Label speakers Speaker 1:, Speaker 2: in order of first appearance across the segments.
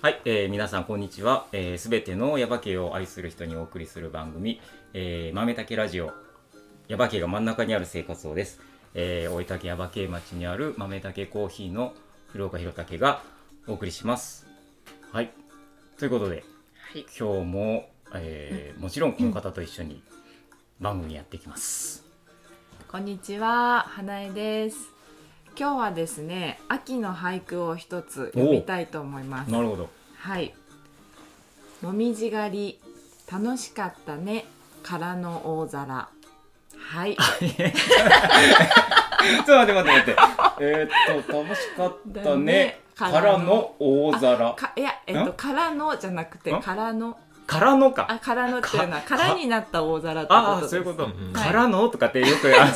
Speaker 1: はい、えー、皆さんこんにちは。す、えー、べ、てのヤバ系を愛する人にお送りする番組、えー、豆たけラジオ。ヤバ系が真ん中にある生活をです。えー、大分県ヤバ系町にある豆たけコーヒーの古岡弘武がお送りします。はい、ということで
Speaker 2: はい、
Speaker 1: 今日も、えー、もちろんこの方と一緒に番組やっていきます。
Speaker 2: こんにちは、花江です。今日はですね、秋の俳句を一つ読みたいと思います。
Speaker 1: なるほど。
Speaker 2: はい。もみじ狩り、楽しかったね、からの大皿。はい。
Speaker 1: ちょっと待って待って待って。えーっと楽しかった
Speaker 2: だ
Speaker 1: ね
Speaker 2: ね
Speaker 1: からの 大皿
Speaker 2: かいや、えっと、
Speaker 1: ん
Speaker 2: からのじゃなくて
Speaker 1: ん、
Speaker 2: からの、
Speaker 1: からのか。
Speaker 2: あ、からのっていうのは、
Speaker 1: か
Speaker 2: からになった大皿ってこと
Speaker 1: あ
Speaker 2: で
Speaker 1: あ
Speaker 2: す。
Speaker 1: そういうこと、
Speaker 3: うんうん
Speaker 1: からのとかってよくあ の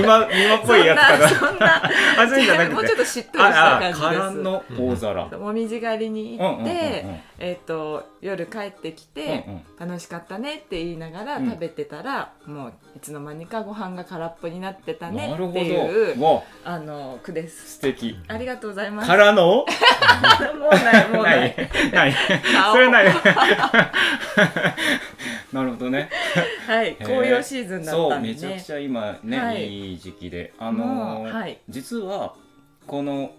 Speaker 1: 今今っぽいやつかな
Speaker 2: そんな、
Speaker 1: あそういうんじゃな
Speaker 2: もう
Speaker 1: く
Speaker 2: ちょ
Speaker 1: て
Speaker 2: っとしっとりした
Speaker 1: ああ
Speaker 2: 感じです。
Speaker 1: からの大皿、うん
Speaker 2: もみじ狩りに
Speaker 1: うん
Speaker 2: 行
Speaker 1: うん
Speaker 2: っ
Speaker 1: うん
Speaker 2: て、えっと夜帰ってき
Speaker 1: うんう
Speaker 2: て、
Speaker 1: ん
Speaker 2: 楽しかったねって言いながら
Speaker 1: うん
Speaker 2: 食べてたら、もういつの間にかご飯が空っぽになってたね
Speaker 1: なる
Speaker 2: っ
Speaker 1: ほ
Speaker 2: ていう
Speaker 1: どわ
Speaker 2: あの句です。
Speaker 1: 素敵
Speaker 2: ありがとうございます。
Speaker 1: からの
Speaker 2: もうないもう
Speaker 1: な
Speaker 2: ないい。
Speaker 1: ない
Speaker 2: 顔
Speaker 1: それないなるほどね
Speaker 2: はい紅葉シーズンだっ
Speaker 1: そ
Speaker 2: た
Speaker 1: うん
Speaker 2: で
Speaker 1: めちゃく
Speaker 2: ね。
Speaker 1: ちゃ今ね、
Speaker 2: はい
Speaker 1: い、い時期であ
Speaker 2: も
Speaker 1: のー
Speaker 2: うはい。
Speaker 1: 実はこの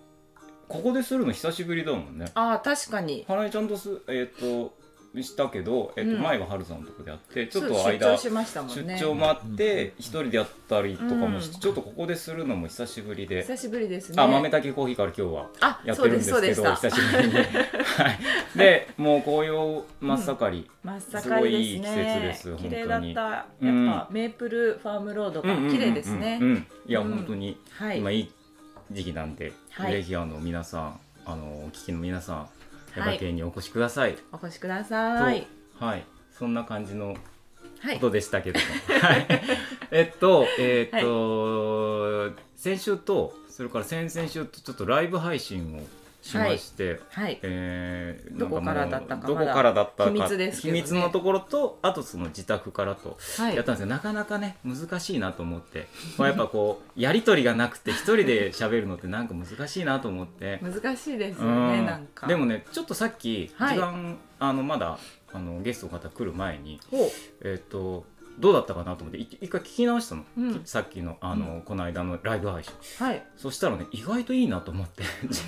Speaker 1: ここでするの久しぶりだもんね
Speaker 2: ああ確かに。
Speaker 1: 花江ちゃんとすえっ、としたけど、えっと
Speaker 2: うん
Speaker 1: 前は春さんのとこでやってちょっ
Speaker 2: そ
Speaker 1: と
Speaker 2: う出張
Speaker 1: 間
Speaker 2: しましたもん
Speaker 1: 出
Speaker 2: ね。
Speaker 1: 張もあって一人でやったりとかもし
Speaker 2: うん
Speaker 1: ちょっとここでするのも久しぶりで、
Speaker 2: 久しぶりですね。
Speaker 1: あ豆炊きコーヒーから今日は
Speaker 2: あ
Speaker 1: やっ
Speaker 2: そ
Speaker 1: て
Speaker 2: う
Speaker 1: るん
Speaker 2: で
Speaker 1: ですす
Speaker 2: そう
Speaker 1: け
Speaker 2: でし
Speaker 1: ど
Speaker 2: た。
Speaker 1: 久しぶ りに、はい、でもう紅葉真っ盛り、
Speaker 2: 真っ盛りですね。
Speaker 1: すごいいい季節です
Speaker 2: 綺麗だった。やっぱ、
Speaker 1: うん
Speaker 2: メープルファームロード
Speaker 1: うん
Speaker 2: が
Speaker 1: うんうんうん
Speaker 2: 綺麗ですね。
Speaker 1: うんいや、
Speaker 2: うん
Speaker 1: 本当に
Speaker 2: はい。
Speaker 1: 今いい時期なんで、
Speaker 2: はい
Speaker 1: ぜひあの皆さんあのお聞きの皆さん
Speaker 2: は
Speaker 1: 山
Speaker 2: い
Speaker 1: 県にお越しください、
Speaker 2: お越しください。
Speaker 1: とはいそんな感じの
Speaker 2: はい
Speaker 1: こ。とでしたけれども、 はい、えっとえっと、先週とそれから先々週とちょっとライブ配信をしまして、
Speaker 2: はい。
Speaker 1: えー
Speaker 2: どこからだった
Speaker 1: な
Speaker 2: か
Speaker 1: んもう
Speaker 2: まだ
Speaker 1: どこからだったか
Speaker 2: 秘密ですけどね
Speaker 1: 秘密のところとあとその自宅からと
Speaker 2: はい
Speaker 1: やったんですけど、なかなかね難しいなと思って、まあ、やっぱこう やり取りがなくて一人で喋るのってなんか難しいなと思って。
Speaker 2: 難しいです
Speaker 1: う
Speaker 2: よ
Speaker 1: ん
Speaker 2: ね、なんか。
Speaker 1: でもねちょっとさっき時
Speaker 2: はい
Speaker 1: 間、あのまだあのゲストの方来る前に、
Speaker 2: ほ
Speaker 1: えっ、とどうだったかなと思ってい一回聞き直したの、
Speaker 2: うん
Speaker 1: きさっきのあの、この間のライブ配信
Speaker 2: う。はい。
Speaker 1: そしたらね意外といいなと思って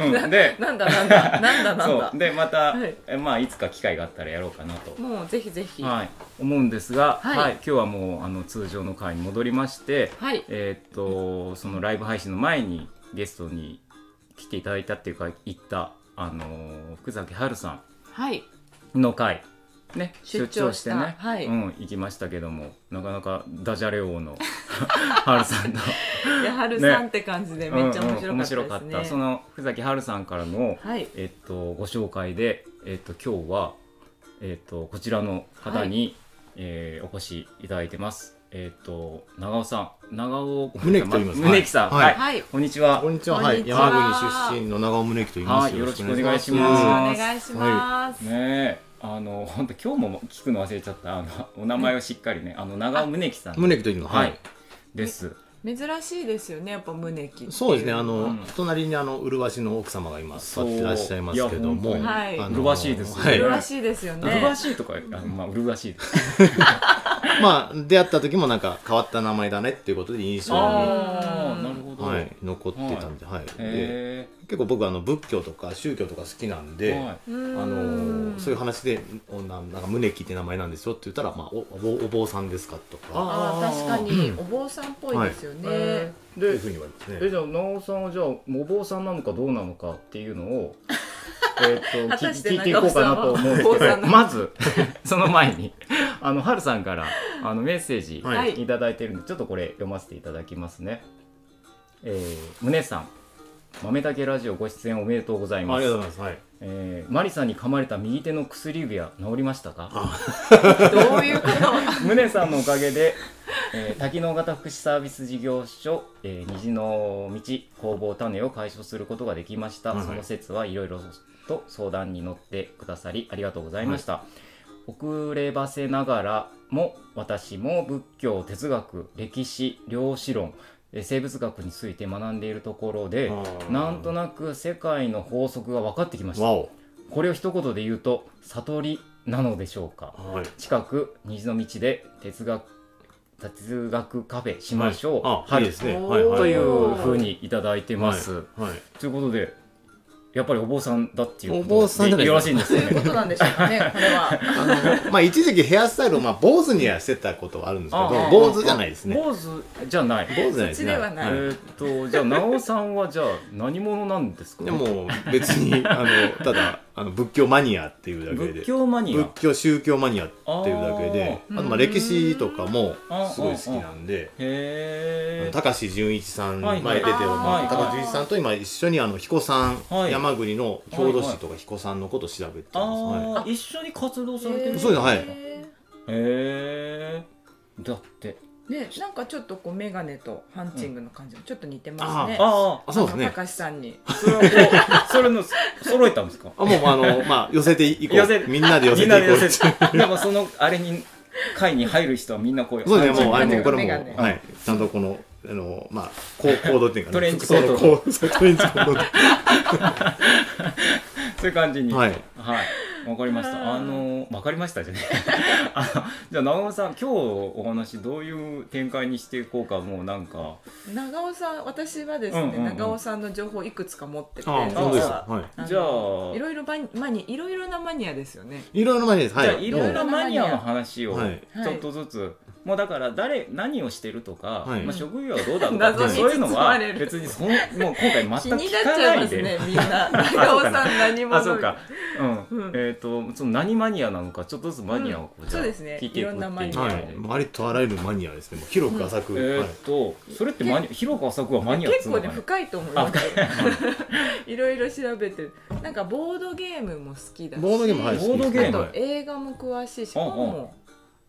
Speaker 1: うん、で
Speaker 2: なんだなんだ、なんだなん
Speaker 1: そ
Speaker 2: だ
Speaker 1: う。でまた、
Speaker 2: はい
Speaker 1: えまあいつか機会があったらやろうかなと、
Speaker 2: もうぜひぜひ。は
Speaker 1: はい、思うんですが、は
Speaker 2: はいい
Speaker 1: 今日はもうあの通常の回に戻りまして、
Speaker 2: い。
Speaker 1: えーっとそのライブ配信の前にゲストに来ていただいたっていうか行った、あのー福崎春さん
Speaker 2: はい。
Speaker 1: の会ね出
Speaker 2: 出
Speaker 1: 張
Speaker 2: 張
Speaker 1: し
Speaker 2: してた
Speaker 1: ね、
Speaker 2: はい
Speaker 1: うん、行きましたけどもなかなかダジャレ王の 春さんの
Speaker 2: で、はるさんって感じで、 めっちゃ面
Speaker 1: うんうん面白
Speaker 2: 白
Speaker 1: か
Speaker 2: か
Speaker 1: っ
Speaker 2: った
Speaker 1: た
Speaker 2: です
Speaker 1: そ
Speaker 2: ね。
Speaker 1: の福崎春さんからの、
Speaker 2: はい。
Speaker 1: えっと、ご紹介で、えっと、今日は、えっと、こちらの方に、えーお越しいただいてますえっと長尾さん長尾
Speaker 3: 宗木と言います
Speaker 1: 宗木さん
Speaker 3: はい
Speaker 1: はい、
Speaker 2: はい。よ
Speaker 1: こんにちは
Speaker 3: こんにちは。
Speaker 2: こ
Speaker 3: は
Speaker 2: んに
Speaker 3: い、
Speaker 2: ちは
Speaker 3: 山国出身の長尾宗樹と言いま
Speaker 1: は
Speaker 3: す。
Speaker 1: い
Speaker 2: ろしくお
Speaker 1: よろしくお願いしま
Speaker 2: 願いします。
Speaker 1: ねえあの本当今日も聞くの忘れちゃったあのお名前をしっかりねあの長尾宗樹さん
Speaker 3: 宗樹と言います。
Speaker 1: は
Speaker 3: はいい。
Speaker 1: です
Speaker 2: 珍しいですよね、やっぱ胸キ。
Speaker 3: そうですね。あ
Speaker 1: う
Speaker 3: の
Speaker 1: ん
Speaker 3: 隣にあの麗しの奥様が今座ってらっしゃいますけども、
Speaker 1: そういや
Speaker 2: 本当に
Speaker 3: あ
Speaker 1: 麗しいですよね
Speaker 3: は
Speaker 2: う
Speaker 3: い
Speaker 2: る。わしいですよ
Speaker 1: うるわ
Speaker 2: ね。
Speaker 1: しいとかあのまあうるわしいです
Speaker 3: まあ出会った時もなんか変わった名前だねっていうことで印象には
Speaker 1: ああなるほど、
Speaker 3: い残ってたんで、はい。で
Speaker 1: へ
Speaker 3: 結構僕あの仏教とか宗教とか好きなん
Speaker 1: え
Speaker 3: で。
Speaker 1: はい
Speaker 2: あ
Speaker 3: あのそういう話で「おななんか宗樹って名前なんですよ」って言ったら「まあ、おお坊お坊さんですか?」とか
Speaker 2: ああ確かにお坊さんっぽいですよね。
Speaker 1: はいへ
Speaker 3: そうい
Speaker 1: で
Speaker 3: うふうに言われてね
Speaker 1: えじゃあなおさんはじゃあお坊さんなのかどうなのかっていうのを えっと
Speaker 2: 果
Speaker 1: 聞
Speaker 2: た
Speaker 1: き
Speaker 2: して
Speaker 1: 聞いていこうかなと思うんですけ
Speaker 2: 中尾
Speaker 1: ど
Speaker 2: さんは
Speaker 1: まずその前にあの春さんからあのメッセージ
Speaker 3: はい
Speaker 1: いただいてるんでちょっとこれ読ませていただきますね。えー、宗さん豆だけラジオご出演おめでとうござい
Speaker 3: あ
Speaker 1: ま
Speaker 3: りがとうご
Speaker 1: す。
Speaker 3: ざいます、はい、
Speaker 1: えー、マリさんに噛まれた右手の薬指は治りましたか？
Speaker 2: どういうこと？
Speaker 1: ムネさんのおかげで、えー、多機能型福祉サービス事業所、えー虹の道工房種を解消することができました、
Speaker 3: はいはい
Speaker 1: その説はいろいろと相談に乗ってくださりありがとうございました、遅ればせながらも私も仏教哲学歴史量子論えー生物学について学んでいるところで
Speaker 3: あー
Speaker 1: なんとなく世界の法則が分かってきました
Speaker 3: わお
Speaker 1: これを一言で言うと悟りなのでしょうか
Speaker 3: はい
Speaker 1: 近く虹の道で哲学哲学カフェしましょう、
Speaker 3: あい
Speaker 1: 春
Speaker 3: いですね
Speaker 2: おー
Speaker 3: はいはい
Speaker 1: と
Speaker 3: はいいう
Speaker 1: ふうにいただいてます、
Speaker 3: はい
Speaker 1: ということでやっぱりお坊さんだっていうこと
Speaker 3: お坊さんじゃない
Speaker 1: でよろしいんです
Speaker 2: そう
Speaker 1: よ
Speaker 2: いうこ
Speaker 1: ね
Speaker 2: となんでしょうかね、これは。
Speaker 3: あのまあ一時期ヘアスタイルをまあ坊主にはしてたことはあるんですけ
Speaker 1: あ
Speaker 3: ど
Speaker 1: ー
Speaker 3: 坊主じゃないです ね
Speaker 1: 坊主じゃない
Speaker 3: 坊主じゃないで
Speaker 2: そっ
Speaker 3: す
Speaker 2: ち
Speaker 3: ね
Speaker 2: ではない
Speaker 1: えーっとじゃあなおさんはじゃあ何者なんですか、
Speaker 3: でも別にあのただあの仏教マニアっていうだけで
Speaker 1: 仏教マニア
Speaker 3: 仏教宗教マニアっていうだけで
Speaker 2: あ
Speaker 3: あ
Speaker 2: ー
Speaker 3: とまあ歴史とかもすごい好きなんで
Speaker 1: へえ
Speaker 3: 高橋純一さん
Speaker 1: はい
Speaker 3: 前
Speaker 1: はい
Speaker 3: 出てるま
Speaker 1: はい
Speaker 3: あ高橋純一さんと今一緒にあの彦さん
Speaker 1: はい
Speaker 3: 山国の郷土史とか彦さんのことを調べて
Speaker 1: あ
Speaker 3: ます
Speaker 1: ー
Speaker 3: はい
Speaker 1: 一緒に活動されてる
Speaker 3: そうですはい
Speaker 2: へ
Speaker 1: へえだって
Speaker 2: ーね、なんかちょっとこうメガネとハンチングの感じもちょっと似て
Speaker 3: うん
Speaker 2: ま
Speaker 3: あ
Speaker 2: す
Speaker 3: ー
Speaker 2: ね。
Speaker 1: あ
Speaker 3: あそうですね
Speaker 2: 高橋さ んに。
Speaker 1: あそれはこうそれの揃えたんですか
Speaker 3: あもうあのまあ寄せていこ
Speaker 1: 寄せ
Speaker 3: うみんなで寄せ
Speaker 1: み
Speaker 3: て
Speaker 1: んな
Speaker 3: い
Speaker 1: で
Speaker 3: こ
Speaker 1: 寄
Speaker 3: う
Speaker 1: せてやっぱそのあれに会に入る人はみんなこういう
Speaker 3: そうですね、もう、
Speaker 1: あ
Speaker 3: あ
Speaker 1: れ
Speaker 3: れも、これ
Speaker 2: メガネ
Speaker 3: も、はい、ちゃんとこの、あの、まあ、こう、コードっていうか、
Speaker 1: トレンチコート
Speaker 3: 服装のこうそうトレンチコード。
Speaker 1: そういう感じに
Speaker 3: はい
Speaker 1: はいわかりまし
Speaker 2: あ
Speaker 1: た
Speaker 2: ー
Speaker 1: あのわかりましたじゃねあのじゃあ長尾さん今日お話どういう展開にしていこうかもうなんか
Speaker 2: 長尾さん、私はですね、
Speaker 1: うんうんうん
Speaker 2: 長尾さんの情報いくつか持ってて、
Speaker 3: あ、
Speaker 1: そ
Speaker 3: そうう
Speaker 1: で
Speaker 3: です
Speaker 2: 実は
Speaker 3: す。は
Speaker 2: あの
Speaker 1: じゃあ
Speaker 2: いろいろマニマニいろいろなマニアですよね。
Speaker 3: い。いろいろマニアです。は
Speaker 1: じ
Speaker 3: い。
Speaker 1: ゃあいろい
Speaker 3: も
Speaker 1: ろ
Speaker 3: う
Speaker 1: マニアの話を
Speaker 3: はい
Speaker 1: ちょっとずつ、もうだから誰何をしてるとか、
Speaker 3: はい
Speaker 1: まあ、職業はどうだとか、
Speaker 2: 謎
Speaker 3: に
Speaker 1: そういうのは
Speaker 2: 包まれる
Speaker 1: 別にそのもう今回全く
Speaker 2: 気にな
Speaker 1: 聞
Speaker 2: っ
Speaker 1: か
Speaker 2: ちゃ
Speaker 1: ない
Speaker 2: ま
Speaker 1: い
Speaker 2: す
Speaker 1: で。
Speaker 2: ね、 みんな。長尾さん何者
Speaker 1: あそう か、うん
Speaker 2: うん
Speaker 1: えっ、とその何マニアなのかちょっとずつマニアをこう、
Speaker 2: うん
Speaker 1: じゃあ
Speaker 2: そうですね
Speaker 1: 聞いていくって
Speaker 2: いろんなマニ
Speaker 1: いう
Speaker 2: ア
Speaker 3: は
Speaker 1: はい
Speaker 3: い。もうありとあらゆるマニアですね。もう広く浅く。
Speaker 1: え
Speaker 3: はい
Speaker 1: ーっと、それってマニア広く浅くはマニアっつ
Speaker 2: 結
Speaker 1: うの
Speaker 2: 構
Speaker 1: か
Speaker 2: ね
Speaker 1: な
Speaker 2: 深いと思いますよ いろいろ調べてるなんかボードゲームも好きだし
Speaker 3: ボードゲーム、はい。
Speaker 1: ボードゲーム
Speaker 3: はい
Speaker 2: あと映画も詳しいし
Speaker 1: うんうん
Speaker 2: 本も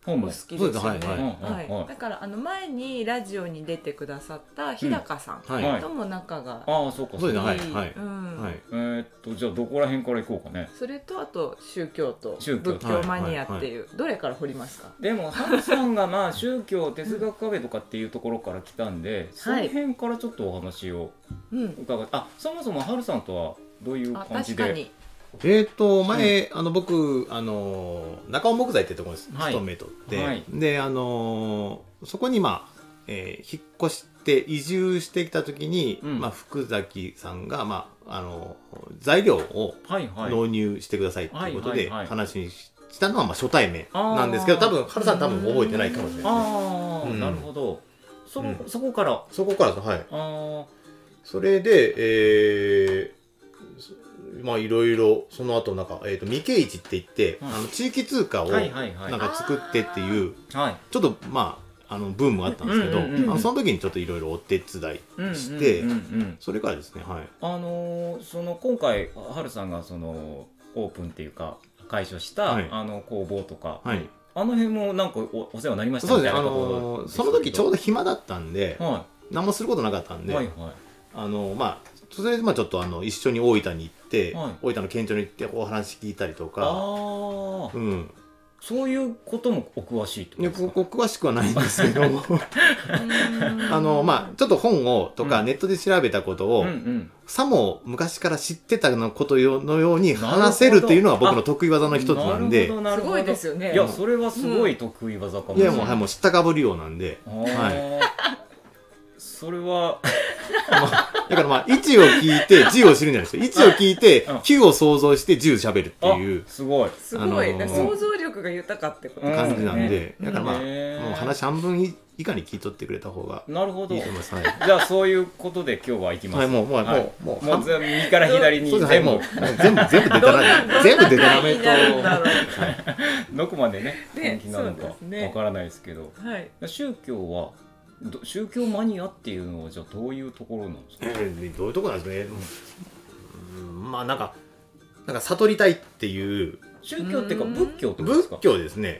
Speaker 1: 本
Speaker 2: お好
Speaker 1: も
Speaker 2: きですよね
Speaker 3: そうですはい
Speaker 1: は
Speaker 2: はいい
Speaker 1: うんうんうん
Speaker 2: だからあの前にラジオに出てくださった日高さん
Speaker 3: はい。
Speaker 1: は
Speaker 3: はいい。
Speaker 2: とも仲が
Speaker 1: ああそうか
Speaker 3: そう
Speaker 1: う
Speaker 3: ですね、はいい。
Speaker 2: い
Speaker 3: はい。
Speaker 2: うん
Speaker 3: はい。
Speaker 1: えーっとじゃあどこら辺からいこうかね
Speaker 2: それとあと宗教と
Speaker 1: 宗教
Speaker 2: 仏教マニアっていうどれから掘りますか
Speaker 1: でもハルさんが まあ宗教哲学カフェとかっていうところから来たんで、その辺からちょっとお話を
Speaker 2: うん
Speaker 1: 伺ってあそもそもハルさんとはどういう
Speaker 2: あ
Speaker 1: 感じ
Speaker 2: 確
Speaker 1: で
Speaker 2: かに
Speaker 3: えー、と前、あの僕、あのー中尾木材ってところに
Speaker 1: はい
Speaker 3: 勤めとって、
Speaker 1: はい
Speaker 3: で、あのーそこに、まあえー引っ越して移住してきた時に、
Speaker 1: うん
Speaker 3: まあ、福崎さんが、まああのー材料を
Speaker 1: はいはい
Speaker 3: 納入してくださいっていうこと
Speaker 1: はい
Speaker 3: で
Speaker 1: はいはい
Speaker 3: 話にしたのは、まあ、初対面なんですけど
Speaker 1: あー
Speaker 3: 多分春さん多分覚えてないかもしれないですね
Speaker 1: ああ、
Speaker 3: うん
Speaker 1: なるほどそ,、
Speaker 3: うん
Speaker 1: そこからあ
Speaker 3: そこからですはい
Speaker 1: あ
Speaker 3: それで、えーそまあいろいろその後なんか、えー、と未経一って言って、
Speaker 1: うん
Speaker 3: あの地域通貨を、
Speaker 1: はいはいはい
Speaker 3: なんか作ってっていう
Speaker 1: はい
Speaker 3: ちょっとまああのブームがあったんですけど、
Speaker 1: うんうんうんうん
Speaker 3: あのその時にちょっといろいろお手伝い
Speaker 1: うんうんうんうん
Speaker 3: して、それからですねはい
Speaker 1: あのーその今回ハルさんがそのオープンっていうか解消した、
Speaker 3: はい
Speaker 1: あの工房とか、
Speaker 3: はい
Speaker 1: あの辺もなんかおお世話になりました
Speaker 3: そう
Speaker 1: み
Speaker 3: で
Speaker 1: たい
Speaker 3: すね
Speaker 1: な
Speaker 3: あ
Speaker 1: とこ
Speaker 3: の
Speaker 1: ろ
Speaker 3: ーその時ちょう
Speaker 1: ど
Speaker 3: ど暇だったんで、
Speaker 1: は
Speaker 3: 何もすることなかったん
Speaker 1: い
Speaker 3: で、
Speaker 1: はいはい
Speaker 3: あのまあそれでまあちょっとあの一緒に大分に行って、
Speaker 1: はい
Speaker 3: 大分の県庁に行ってお話聞いたりと
Speaker 1: ああ
Speaker 3: か
Speaker 1: ー
Speaker 3: うん
Speaker 1: そういうこともお詳しいってこと
Speaker 3: よ
Speaker 1: です
Speaker 3: く
Speaker 1: か
Speaker 3: 詳しくはないんですけ どあ
Speaker 2: あ
Speaker 3: の まあちょっと本をとか
Speaker 1: うん
Speaker 3: ネットで調べたことを、
Speaker 1: うんうん
Speaker 3: さも昔から知ってたのことよのように話せるっていうのは僕の得意技の一つなんで
Speaker 1: るほどなる
Speaker 2: す
Speaker 1: ほど
Speaker 2: ごいですよね
Speaker 1: いやそれはすごい得意技かも
Speaker 3: い
Speaker 1: しれ
Speaker 3: や
Speaker 1: ない
Speaker 3: もう、はい、もう知ったかぶりようなんで。
Speaker 1: あーそれは
Speaker 3: だからまあ、1を聞いて10を知る んじゃないですよ。1を聞いて
Speaker 1: うん
Speaker 3: 9を想像して10喋るって
Speaker 1: あ
Speaker 3: いう
Speaker 1: すごい
Speaker 2: すごい
Speaker 3: あのー
Speaker 2: なんか想像力が豊かってこと
Speaker 1: うん
Speaker 3: 感じなんで。
Speaker 2: うん
Speaker 3: だからまあ、
Speaker 1: へー
Speaker 3: もう話半分以以下に聞いとってくれた方が
Speaker 1: なるほど
Speaker 3: いい
Speaker 1: じ
Speaker 3: と思います。はい。
Speaker 1: ゃあそういうことで今日は行きます、
Speaker 3: はい、もう、も
Speaker 1: は
Speaker 3: う、
Speaker 1: い
Speaker 3: もう、もう、
Speaker 1: もう全部右から左に
Speaker 3: そうですね、
Speaker 1: 全部
Speaker 3: もう、もう全部、全部でたらめ、全部でたらめ
Speaker 2: どんな会になるんだろ
Speaker 3: と。はい
Speaker 1: どこまでね本
Speaker 2: ね
Speaker 1: 気なのか
Speaker 2: そう
Speaker 1: わ
Speaker 2: ですね
Speaker 1: からないですけど
Speaker 2: はい
Speaker 1: 宗教はど宗教マニアっていうのはじゃあどういうところなんですか
Speaker 3: えーどういうとこなんですかね。うん、まあ、なんか、なんか悟りたいっていう
Speaker 1: 宗教っていうか
Speaker 2: うん
Speaker 1: 仏教ってことです
Speaker 3: 仏
Speaker 1: か
Speaker 3: 教ですね。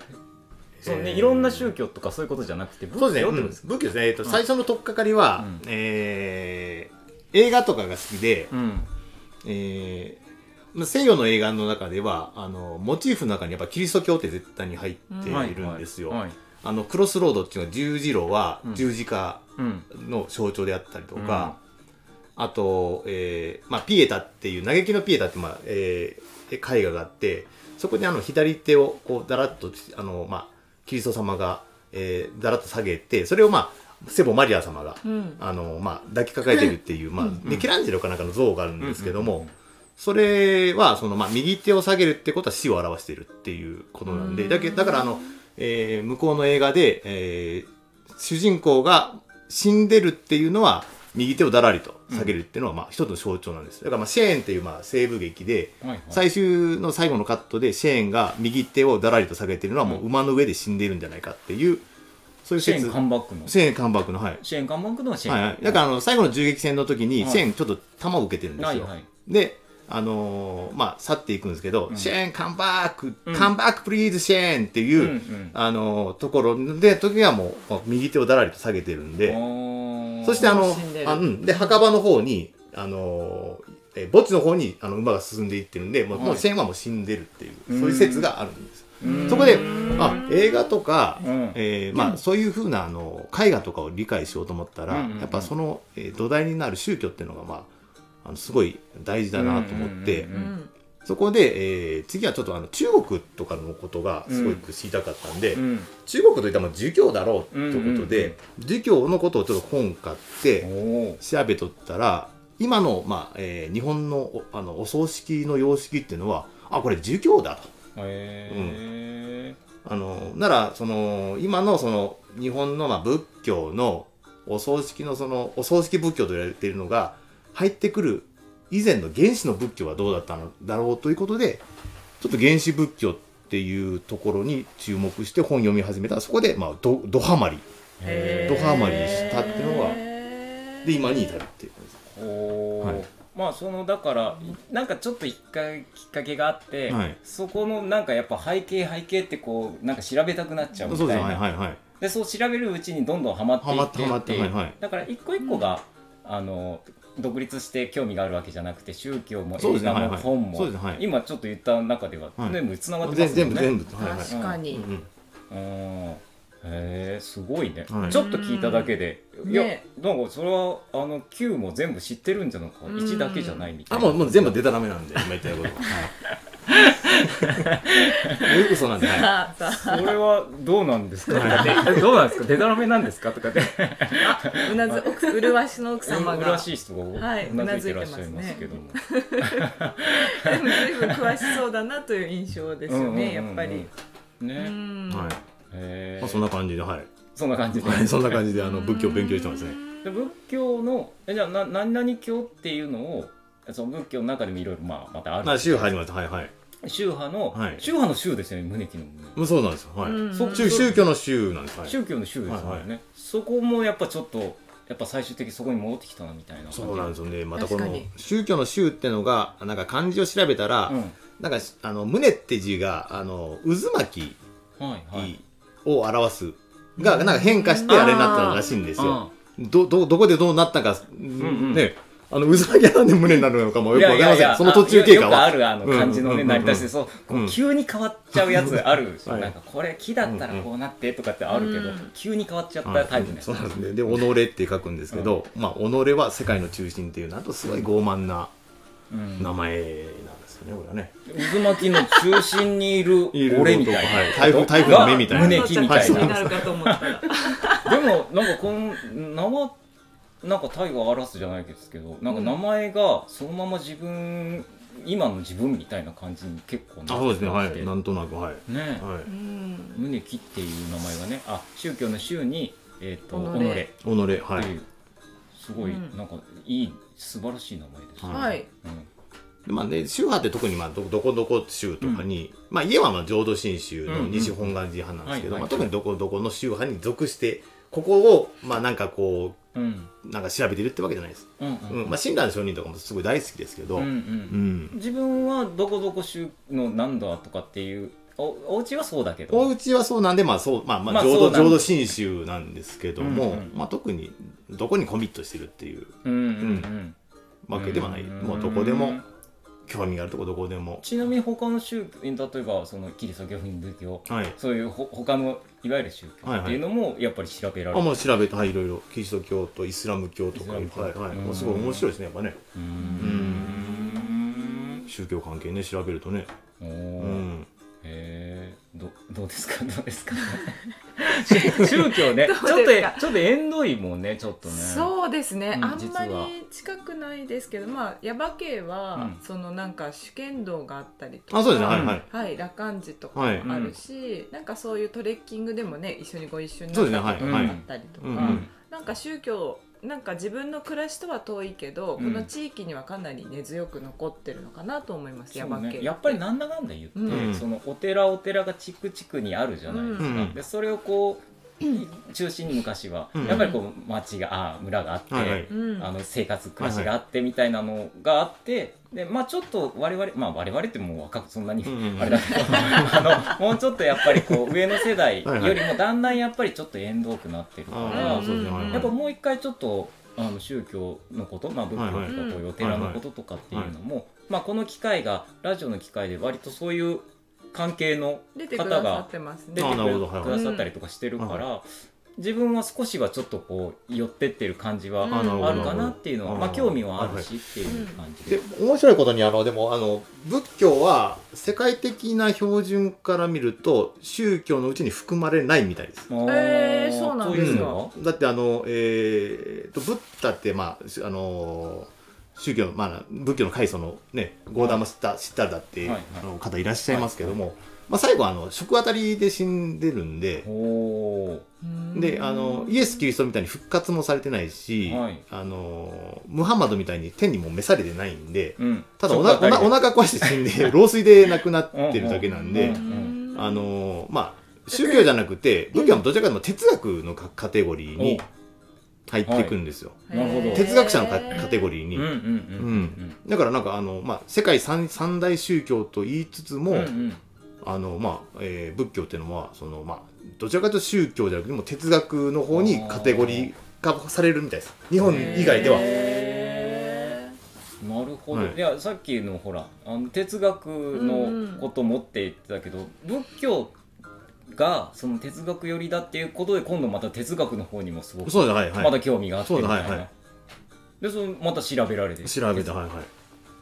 Speaker 1: そうね
Speaker 3: えー
Speaker 1: いろんな宗教とかそういうことじゃなくて仏
Speaker 3: そうです
Speaker 1: 教
Speaker 3: ね、
Speaker 1: っ
Speaker 3: う
Speaker 1: てこ
Speaker 3: ん
Speaker 1: とですか
Speaker 3: 仏教ですね、えっと最初の取っかかりは、
Speaker 1: うん
Speaker 3: えー映画とかが好きで、
Speaker 1: うん
Speaker 3: えーまあ西洋の映画の中ではあのモチーフの中にやっぱキリスト教って絶対に入って
Speaker 2: うん
Speaker 3: いるんですよ。
Speaker 1: はい
Speaker 3: あのクロスロードっていうのは十字路は
Speaker 1: うん
Speaker 3: 十字架
Speaker 1: うん
Speaker 3: の象徴であったりとか、あと、えーまあ、ピエタっていう嘆きのピエタって、まあえー絵画があってそこであの左手をこうだらっとあの、まあ、キリスト様が、えーだらっと下げてそれを、まあ、セボ・マリア様が、
Speaker 2: うん
Speaker 3: あのまあ、抱きかかえてるっていう、まあ
Speaker 2: うん
Speaker 3: ミケランジェロかなんかの像があるんですけども、
Speaker 1: うんうんうん
Speaker 3: それはその、まあ、右手を下げるってことは死を表しているっていうことなんで、だけだからあの、えー向こうの映画で、えー主人公が死んでるっていうのは右手をだらりと下げるっていうのは、まあ、一つの象徴なんですだから、まあ、シェーンっていう、まあ、西部劇で、
Speaker 1: はいはい
Speaker 3: 最終の最後のカットでシェーンが右手をだらりと下げてるのはもう馬の上で死んでいるんじゃないかっていうそういう
Speaker 1: シェ
Speaker 3: 説
Speaker 1: ーンカンバックの
Speaker 3: シェーン関白のはい
Speaker 1: シェーンカンバックのシェーン
Speaker 3: はいはい、だからあの最後の銃撃戦の時に、
Speaker 1: はい
Speaker 3: シェーンちょっと弾を受けてるんですよ、
Speaker 1: はいはい
Speaker 3: であのーまあ去っていくんですけど、
Speaker 1: うん
Speaker 3: シェーンカンバック、
Speaker 1: うん
Speaker 3: カンバックプリーズシェーンっていう、
Speaker 1: うんうん
Speaker 3: あのーところで時はもう、まあ右手をだらりと下げてるんで
Speaker 1: おー
Speaker 3: そしてあの
Speaker 2: 死んでる
Speaker 3: あ、うん、で墓場の方にあのーえー墓地の方にあの馬が進んでいってるんで、もう
Speaker 1: はい
Speaker 3: もうシェーンはもう死んでるっていう、
Speaker 1: うん
Speaker 3: そういう説があるんです
Speaker 1: うん
Speaker 3: そこであ映画とか、
Speaker 1: うん
Speaker 3: えーまあ、そういうふうなあの絵画とかを理解しようと思ったら、
Speaker 1: うんうんうん
Speaker 3: やっぱその、えー土台になる宗教っていうのが、まあ、あのすごい大事だなと思って、
Speaker 1: うん
Speaker 2: うんうん
Speaker 3: そこで、えー次はちょっとあの中国とかのことがすごく知りたかったんで、
Speaker 1: うん
Speaker 3: 中国といったらもう儒教だろうということで、
Speaker 1: うん
Speaker 3: 儒教のことをちょっと本買って、
Speaker 1: おー
Speaker 3: 調べとったら今の、まあえー日本のおあのお葬式の様式っていうのはあこれ儒教だと。
Speaker 1: へ
Speaker 3: あのならその今のその日本のまあ仏教のお葬式のそのお葬式仏教と言われているのが入ってくる以前の原始の仏教はどうだったのだろうということでちょっと原始仏教っていうところに注目して本読み始めたらそこでまあどどハマり
Speaker 1: え
Speaker 3: ドハマりしたっていうのがで今に至るっていう感じです
Speaker 1: おー
Speaker 3: はい
Speaker 1: まあそのだからなんかちょっと一回きっかけがあって、
Speaker 3: はい
Speaker 1: そこのなんかやっぱ背景背景ってこうなんか調べたくなっちゃうみた
Speaker 3: そ
Speaker 1: いうなで
Speaker 3: で
Speaker 1: す
Speaker 3: ねはいはいはい
Speaker 1: そう調べるうちにどんどんハマっていって
Speaker 3: ハマ
Speaker 1: っ
Speaker 3: って
Speaker 1: い
Speaker 3: て
Speaker 1: う
Speaker 3: ハマってはいはい
Speaker 1: だから一個一個が、あの独立して興味があるわけじゃなくて宗教も
Speaker 3: そう
Speaker 1: 映
Speaker 3: ですね
Speaker 1: 画
Speaker 3: はい
Speaker 1: も
Speaker 3: はい
Speaker 1: 本も、
Speaker 3: そうですねはい
Speaker 1: 今ちょっと言った中では
Speaker 3: はい
Speaker 1: 全部つながってま
Speaker 3: 全
Speaker 1: すも
Speaker 3: 全
Speaker 1: ん
Speaker 3: 部
Speaker 1: ね。
Speaker 3: 全部はいはい
Speaker 2: 確か
Speaker 3: う
Speaker 2: に、
Speaker 3: ん
Speaker 1: うんへえすごいね、
Speaker 3: はい
Speaker 1: ちょっと聞いただけで、
Speaker 2: うん
Speaker 1: いや
Speaker 2: ね
Speaker 1: なんかそれはあの Q も全部知ってるんじゃないか
Speaker 2: うん
Speaker 1: 1だけじゃないみたい
Speaker 3: あ
Speaker 1: な
Speaker 3: もうもう全部デタラメなんで今言ったいことはい嘘なんではい
Speaker 2: さあさあ
Speaker 1: それはどうなんですかとかねえどうなんですかデタラメなんですかとかで
Speaker 2: うなず奥うるわしの奥様
Speaker 1: う
Speaker 2: が
Speaker 1: らしい人が
Speaker 2: はいう
Speaker 1: なずいてらっしゃいますけども、
Speaker 2: でも随分詳しそうだなという印象ですよね、やっぱり。
Speaker 1: りね、
Speaker 2: うん
Speaker 3: はい。
Speaker 1: へえ
Speaker 3: まあそんな感じで、はい。
Speaker 1: そんな感じで
Speaker 3: はい、そんな感じで、あの仏教を勉強してますね。
Speaker 1: で仏教のえじゃあな何々教っていうのをその仏教の中でもいろいろまあまたあ
Speaker 3: まあ
Speaker 1: る
Speaker 3: 宗派始まって、はいはい。
Speaker 1: 宗派の、
Speaker 3: はい
Speaker 1: 宗派の宗ですよね宗木の宗
Speaker 3: もうそうなんですよ。は
Speaker 2: うん
Speaker 3: い。
Speaker 1: そ
Speaker 3: 宗宗教の宗なんです。はい。
Speaker 1: 宗教の宗ですよね、
Speaker 3: はいは
Speaker 1: そこもやっぱちょっとやっぱ最終的にそこに戻ってきたなみたいな感じ
Speaker 3: そうなんですよね。またこ
Speaker 2: 確
Speaker 3: の
Speaker 2: かに
Speaker 3: 宗教の宗ってのが、なんか漢字を調べたら、なんかあの胸って字があの渦巻
Speaker 1: うん、はいはい
Speaker 3: きを表すが、なんか変化してあれになったのらしいんですよ。
Speaker 1: あ
Speaker 3: どどどこでどうなったか、
Speaker 1: ん
Speaker 3: ね。あの渦巻きがなんで胸になるのかも
Speaker 1: ー
Speaker 3: よくわかりま
Speaker 1: い
Speaker 3: せ
Speaker 1: やい
Speaker 3: ん。
Speaker 1: や
Speaker 3: その途中経過
Speaker 1: よくあ
Speaker 3: は。
Speaker 1: るあの感じの
Speaker 3: うんう
Speaker 1: ね
Speaker 3: んう
Speaker 1: 成り
Speaker 3: んうん
Speaker 1: 立ちでそうこ
Speaker 3: う
Speaker 1: うん急に変わっちゃうやつあるでしょ、
Speaker 3: はい
Speaker 1: なんかこれ木だったらこうなってとかってあるけど、
Speaker 2: うんうん
Speaker 1: 急に変わっちゃったタイプのやつ
Speaker 3: そうなんですね。で、己って書くんですけど、まあ、己は世界の中心っていう、なんとすごい傲慢な
Speaker 1: うん
Speaker 3: 名前なんですよね、これはね。
Speaker 1: 渦巻きの中心にいる俺みたいな
Speaker 3: はい台風台風の目みたいな
Speaker 1: 胸木みたい
Speaker 2: に
Speaker 1: な
Speaker 2: なるかと思ったら。
Speaker 1: でもなんかこの名なんか大河荒らすじゃないですけどなんか名前がそのまま自分今の自分みたいな感じに結構なって
Speaker 3: あ、
Speaker 1: て
Speaker 3: そうですね、はい、なんとなく、はい。
Speaker 1: ね
Speaker 3: は
Speaker 2: う ん
Speaker 1: 宗木っていう名前がねあ宗教の宗にえっ、と己
Speaker 2: 己
Speaker 1: って
Speaker 3: い、己、はい
Speaker 1: い。うすごい、
Speaker 2: うん
Speaker 1: なんかいい素晴らしい名前ですね、
Speaker 2: はい。
Speaker 3: でまあね、宗派って特に、まあ、どどこどこ宗とかに、まあ、家はまあ浄土真宗の西本願寺派なんですけど、
Speaker 1: うんうんは
Speaker 3: ま
Speaker 1: い
Speaker 3: あ、
Speaker 1: はい
Speaker 3: 特にどこどこの宗派に属して、ここを、まあ、なんかこ
Speaker 1: うんうん
Speaker 3: う、なんか調べてるってわけじゃないです。
Speaker 1: うん
Speaker 3: う
Speaker 1: うん
Speaker 3: ん、まあ、親鸞上人とかもすごい大好きですけど、
Speaker 1: う
Speaker 3: うん。
Speaker 1: うんん自分はどこどこ宗のなんだとかっていうおお家はそうだけど
Speaker 3: お家はそうなんで、まあそうまあ、ま
Speaker 1: まあ
Speaker 3: あ浄
Speaker 1: そう
Speaker 3: 土
Speaker 1: なん
Speaker 3: 浄土真宗なんですけども、
Speaker 1: うんうん
Speaker 3: まあ、特にどこにコミットしてるっていう
Speaker 1: うんうんうん
Speaker 3: わけではない、
Speaker 1: うん
Speaker 3: もうどこでも興味があるとこどこでも。
Speaker 1: ちなみに他の宗教例えばそのキリスト教仏教
Speaker 3: はい。
Speaker 1: そういうほ他のいわゆる宗教っていうのもやっぱり調べら
Speaker 3: あ
Speaker 1: れる、
Speaker 3: もう調べて、はい、いろいろキリスト教とイスラム教とか、は
Speaker 1: イ
Speaker 3: い
Speaker 1: スラム教
Speaker 3: はい、
Speaker 1: うん
Speaker 3: すごい面白いですねやっぱね
Speaker 1: うーん
Speaker 3: 宗教関係ね調べるとね、
Speaker 1: お
Speaker 3: う
Speaker 1: ー
Speaker 3: ん、
Speaker 1: へえどどうですか どうです か宗教ねち
Speaker 2: ど
Speaker 1: ょ
Speaker 2: う
Speaker 1: っ
Speaker 2: です
Speaker 1: と
Speaker 2: か
Speaker 1: ちょっと縁遠いもんねちょっとね
Speaker 2: そうですね、
Speaker 1: うん
Speaker 2: あん
Speaker 1: 実
Speaker 2: ま
Speaker 1: は
Speaker 2: り近くないですけどまあ耶馬渓は、
Speaker 1: うん
Speaker 2: そのなんか主剣道があったりとか
Speaker 3: あそうですねは
Speaker 1: う
Speaker 3: い
Speaker 1: ん
Speaker 3: はい、
Speaker 2: はい、羅漢寺とかも
Speaker 3: はい
Speaker 2: あるし、なんかそういうトレッキングでもね一緒にご一緒に
Speaker 3: そう
Speaker 2: な
Speaker 3: ですね
Speaker 2: った
Speaker 3: は
Speaker 1: は
Speaker 2: ことが
Speaker 3: い
Speaker 1: い
Speaker 2: あったりとか、
Speaker 3: うん
Speaker 2: なんか宗教なんか自分の暮らしとは遠いけど、
Speaker 1: うん
Speaker 2: この地域にはかなり根強く残ってるのかなと思います、
Speaker 1: そ
Speaker 2: 山
Speaker 1: う
Speaker 2: 系
Speaker 1: ね、やっぱりなんだかんだ言って、
Speaker 2: うん
Speaker 1: そのお寺お寺が地区地区にあるじゃないですか、
Speaker 3: うん
Speaker 1: でそれをこう中心に昔は、
Speaker 3: うん
Speaker 1: やっぱりこう町があ村があって、
Speaker 3: はいはい
Speaker 2: うん、
Speaker 1: あの生活暮らしがあってみたいなのがあって、でまあちょっと我々まあ我々ってもう若くそんなに、
Speaker 3: うんうん
Speaker 1: あれだけどあのもうちょっとやっぱりこう上の世代
Speaker 3: はいはい
Speaker 1: よりもだんだんやっぱりちょっと縁遠くなってるから、
Speaker 3: ああそうですね、はいはい
Speaker 1: やっぱもう一回ちょっとあの宗教のこと、まあ、仏教とか
Speaker 3: はい
Speaker 1: こ
Speaker 2: はいう
Speaker 1: いうお寺のこととかっていうのも、まあ、この機会がラジオの機会で割とそういう関係の
Speaker 2: 出てくだ
Speaker 1: 方
Speaker 2: さ
Speaker 1: が
Speaker 2: ってます
Speaker 1: 出
Speaker 2: ね
Speaker 1: て
Speaker 3: あ
Speaker 1: く
Speaker 3: な
Speaker 1: れ
Speaker 3: るほどはいはい
Speaker 1: くださったりとかしてるから、自分は少しはちょっとこう寄ってってる感じは
Speaker 2: うん
Speaker 1: あ
Speaker 3: あなほど
Speaker 1: るかなっていうのは、
Speaker 3: うん
Speaker 1: まあ、興味はあるしっていう感じで。
Speaker 3: で面白いことにあのでもあの仏教は世界的な標準から見ると宗教のうちに含まれないみたいです。
Speaker 1: あ
Speaker 2: えーそうなんです
Speaker 1: そういう
Speaker 2: か
Speaker 1: の
Speaker 3: だってあのえーっとブッダってまあしあの宗教まあ仏教の開祖のねゴーダマシッタシッタルダっていう
Speaker 1: はいはい
Speaker 3: あの方いらっしゃいますけども、まあ最後はあの食あたりで死んでるんで。
Speaker 1: お
Speaker 2: うん
Speaker 3: であのイエス・キリストみたいに復活もされてないし、
Speaker 1: はい
Speaker 3: あのムハンマドみたいに天にも召されてないんで、
Speaker 1: うん、
Speaker 3: ただおなおなお腹壊して死ん で老衰で亡くなってるだけなん
Speaker 1: う
Speaker 3: で
Speaker 1: ん、
Speaker 2: うん
Speaker 3: あのーまあ宗教じゃなくて仏教はどちらかというと哲学のカカテゴリーに入っていくんですよ、
Speaker 1: なるほど
Speaker 2: へー
Speaker 3: 哲学者のカカテゴリー
Speaker 1: う
Speaker 3: に、
Speaker 1: んうんうんうん
Speaker 3: だからなんかあの、まあ、世界三三大宗教と言いつつも、
Speaker 1: うんうん
Speaker 3: あのまあえー仏教っていうのはその、まあ、どちらかというと宗教じゃなくてもう哲学の方にカテゴリー化されるみたいです日本以外では。
Speaker 2: へ
Speaker 1: なるほど、
Speaker 3: はい
Speaker 1: い、やさっきのほらあの哲学のこともって言ってたけど、仏教がその哲学寄りだっていうことで今度また哲学の方にもすごく
Speaker 3: そうだはいはい、
Speaker 1: まだ興味があって
Speaker 3: そう
Speaker 1: み
Speaker 3: だ
Speaker 1: たい
Speaker 3: は
Speaker 1: な、
Speaker 3: いはい
Speaker 1: でそのまた調べられて
Speaker 3: 調べたはいはい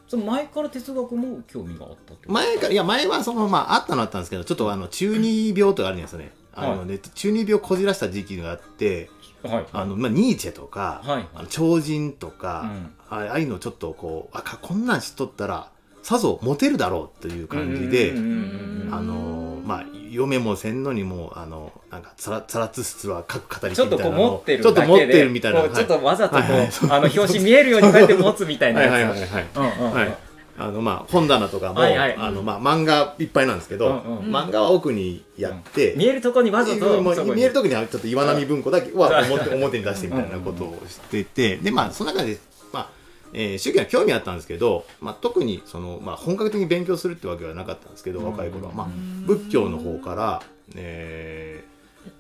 Speaker 1: その前から哲学も興味があったってこと
Speaker 3: 前かいや前はそのまああったのはあったんですけどちょっとあの中二病とかあるんですよね、あ
Speaker 1: は
Speaker 3: のね中二病こじらした時期があって
Speaker 1: はい
Speaker 3: あの、まあ、ニーチェとか、
Speaker 1: はい
Speaker 3: あの超人とか
Speaker 1: うん、
Speaker 3: あああいうのちょっとこうあかこんなん知っとったらさぞモテるだろうという感じで、
Speaker 1: うんうんうんうん
Speaker 3: あのまあ嫁もせんのにもうあのなんかつらつらつすは書く語り
Speaker 1: ち
Speaker 3: 手
Speaker 1: ょっ
Speaker 3: み
Speaker 1: と
Speaker 3: たい
Speaker 1: こう
Speaker 3: なの
Speaker 1: 持
Speaker 3: を
Speaker 1: ってる
Speaker 3: ちょ
Speaker 1: だ
Speaker 3: っと
Speaker 1: けで
Speaker 3: 持ってるみたいな
Speaker 1: こうちょっとわざとこう、
Speaker 3: はいはいそう
Speaker 1: あの表紙見えるようにこうやって持つみたいな
Speaker 3: はい
Speaker 1: やつ
Speaker 3: はいはいはいはい
Speaker 1: うんうんうん
Speaker 3: はいあのまあ本棚とかも、
Speaker 1: はいはい
Speaker 3: あのまあ漫画いっぱいなんですけど、
Speaker 1: うんうん
Speaker 3: 漫画は奥にやって、
Speaker 1: 見えるとこにわざと
Speaker 3: もう
Speaker 1: そこに
Speaker 3: 見える時にはちょっと岩波文庫だけ は表表に出してみたいなことをしててでまあその中で、まあえー宗教には興味あったんですけど、まあ、特にその、まあ、本格的に勉強するってわけはなかったんですけど若い頃は、まあ、仏教の方から、え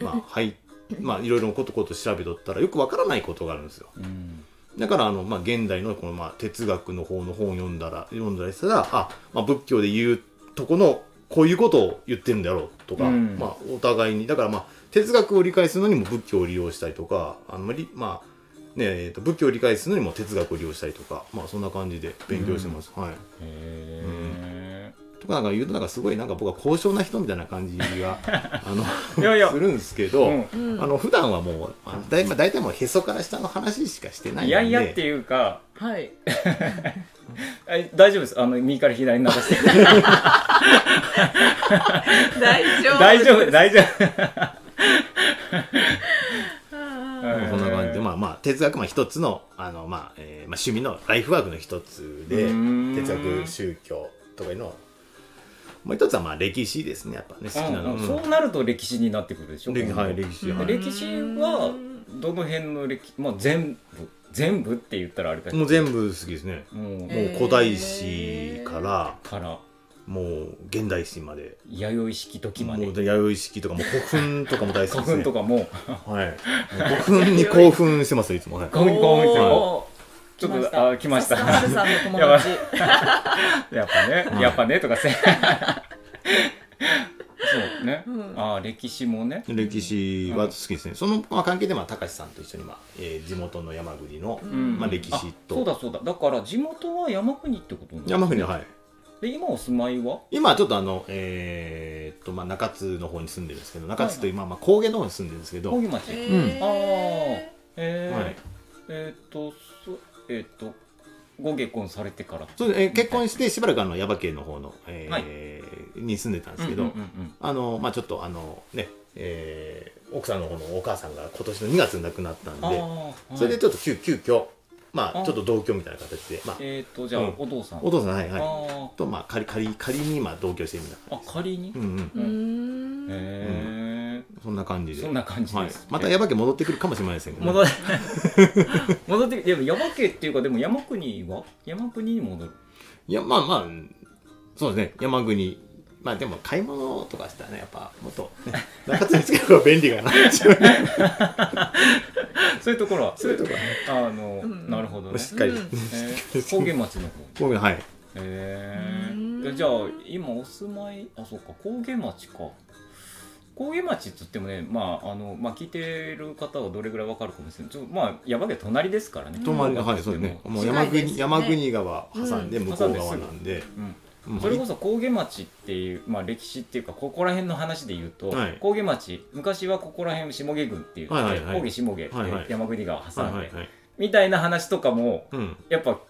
Speaker 3: ーまあはいまあ、いろいろことこと調べとったらよくわからないことがあるんですよ。
Speaker 1: うん
Speaker 3: だからあの、まあ、現代のこの、まあ、哲学の方の本を読んだら読んだりしたらあ、まあ、仏教で言うとこのこういうことを言ってるんだろうとか、
Speaker 1: うん
Speaker 3: まあ、お互いにだから、まあ、哲学を理解するのにも仏教を利用したりとかあんまりまあねえーと仏教を理解するのにも哲学を利用したりとか、まあ、そんな感じで勉強してます。はい、
Speaker 1: へえ、
Speaker 3: とかなんか言うとなんかすごいなんか僕は高尚な人みたいな感じ があの
Speaker 1: いやいや
Speaker 3: するんですけど、
Speaker 1: うん
Speaker 2: うん
Speaker 3: あの普段はもうあだい、まあ、大体もうへそから下の話しかしてないん
Speaker 1: い
Speaker 3: で
Speaker 1: やいやっていうか、
Speaker 2: はい
Speaker 1: え大丈夫です。あの右から左に 流して。
Speaker 2: 大丈夫
Speaker 1: 大丈夫、大丈夫。
Speaker 2: 夫
Speaker 3: まあそんな感じで、
Speaker 1: あ、
Speaker 3: まあまあ、哲学、まあ一つの、あの、まあ、えーまあ、趣味のライフワークの一つで
Speaker 1: うーん、
Speaker 3: 哲学、宗教とかいうのを、もう一つはまあ歴史ですね、やっぱね、好きなの。
Speaker 1: うん
Speaker 3: うん
Speaker 1: そうなると歴史になってくるでしょ。
Speaker 3: 歴
Speaker 1: 今度
Speaker 3: はい歴史
Speaker 1: で
Speaker 3: はい
Speaker 1: 歴史はどの辺の歴、まあ全部全部って言ったらあれだけど、
Speaker 3: もう全部好きですね。
Speaker 1: もう
Speaker 3: もう古代史から、
Speaker 1: から
Speaker 3: もう現代史まで。
Speaker 1: 弥生式時ま
Speaker 3: も
Speaker 1: で
Speaker 3: う、弥生式とか、もう古墳とかも大好き
Speaker 1: 古
Speaker 3: です
Speaker 1: 墳
Speaker 3: ね。
Speaker 1: とかも
Speaker 3: はい。もう古墳に興奮してますよ、いつも。はい
Speaker 1: 興奮興奮する
Speaker 3: はい
Speaker 2: おー
Speaker 1: ちょっとあ来ました
Speaker 2: さすがはるさんの 友達。
Speaker 1: やっぱね、
Speaker 3: はい
Speaker 1: やっぱねとか せそうね、
Speaker 2: うん
Speaker 1: あー歴史もね
Speaker 3: 歴史は好きですね、その、まあ、関係で、まあ、高橋さんと一緒に、まあえー地元の山栗の、
Speaker 1: うん
Speaker 3: まあ、歴史
Speaker 1: そう
Speaker 3: と
Speaker 1: だそうだだから地元は山国ってことね
Speaker 3: 山栗のはい
Speaker 1: で今お住まいは
Speaker 3: 今ちょっとあのえーっとまあ中津の方に住んでるんですけど中津というまあまあ高原の方に住んでるんですけど、
Speaker 1: 大木町
Speaker 2: へ
Speaker 3: うん
Speaker 2: ー
Speaker 1: あえー
Speaker 3: はい
Speaker 1: えーっとそえーっとご結婚されてから
Speaker 3: そうですえー結婚してしばらくあの耶馬渓の方の、えー
Speaker 1: はい
Speaker 3: に住んでたんですけど、
Speaker 1: うんうんうん
Speaker 3: あのまあちょっとあのね、えー奥さんの方のお母さんが今年の2月に亡くなったん
Speaker 1: あ
Speaker 3: で、
Speaker 1: ーはい
Speaker 3: それでちょっと急急遽ま
Speaker 1: あ
Speaker 3: あちょっと同居みたいな形で、まあ、
Speaker 1: えーっとじゃあ、
Speaker 3: うん
Speaker 1: お父さん
Speaker 3: お父さんはいはい
Speaker 1: あ
Speaker 3: とまあ仮仮仮に今同居してるみたい
Speaker 1: ー
Speaker 3: な
Speaker 1: あ
Speaker 3: 感じ
Speaker 1: 仮に、へ
Speaker 3: ですうんうん
Speaker 2: うーん
Speaker 1: え
Speaker 3: そんな感じで
Speaker 1: そんな感じ
Speaker 3: は
Speaker 1: で
Speaker 3: い
Speaker 1: す、、
Speaker 3: また耶馬渓戻ってくるかもしれませんけどね、
Speaker 1: 戻れ 戻ってきてでも山家っていうかでも山国は山国に戻る
Speaker 3: いや、まあまあ、そうですね、山国。まあでも、買い物とかしたらね、やっぱ、もっと、 ね、中津につける方が便利かな。
Speaker 1: そういうところは
Speaker 3: そういうとこはね
Speaker 1: あの、
Speaker 2: うん
Speaker 1: なるほどね
Speaker 3: しっかり。
Speaker 2: うん
Speaker 1: え ー、高原町の方
Speaker 3: 僕がはい。
Speaker 1: へ
Speaker 2: う
Speaker 1: え
Speaker 2: ん
Speaker 1: じゃあ今お住まいあそうか高原町か高原町っつってもねまああのまあ聞いてる方はどれぐらいわかるかもしれないちょっとまあ山で隣ですからね
Speaker 3: 泊まり、
Speaker 1: 高原
Speaker 3: は
Speaker 1: 町
Speaker 3: い、
Speaker 1: っ
Speaker 3: そう
Speaker 1: て
Speaker 3: ですね。
Speaker 1: も
Speaker 3: もう
Speaker 2: 近
Speaker 3: 山
Speaker 2: い
Speaker 3: 国、
Speaker 2: ですね
Speaker 3: 山国川挟んで向こう側なんで。
Speaker 1: うん
Speaker 3: うん
Speaker 1: それこそ高原町っていう、まあ、歴史っていうかここら辺の話で言うと、
Speaker 3: はい
Speaker 1: 高原町昔はここら辺下毛郡っていう、
Speaker 3: はいはいはい
Speaker 1: 高下下毛って
Speaker 3: はいはい
Speaker 1: 山国川挟んで、
Speaker 3: はいはいはい。
Speaker 1: みたいな話とかも
Speaker 3: うん。
Speaker 1: やっぱ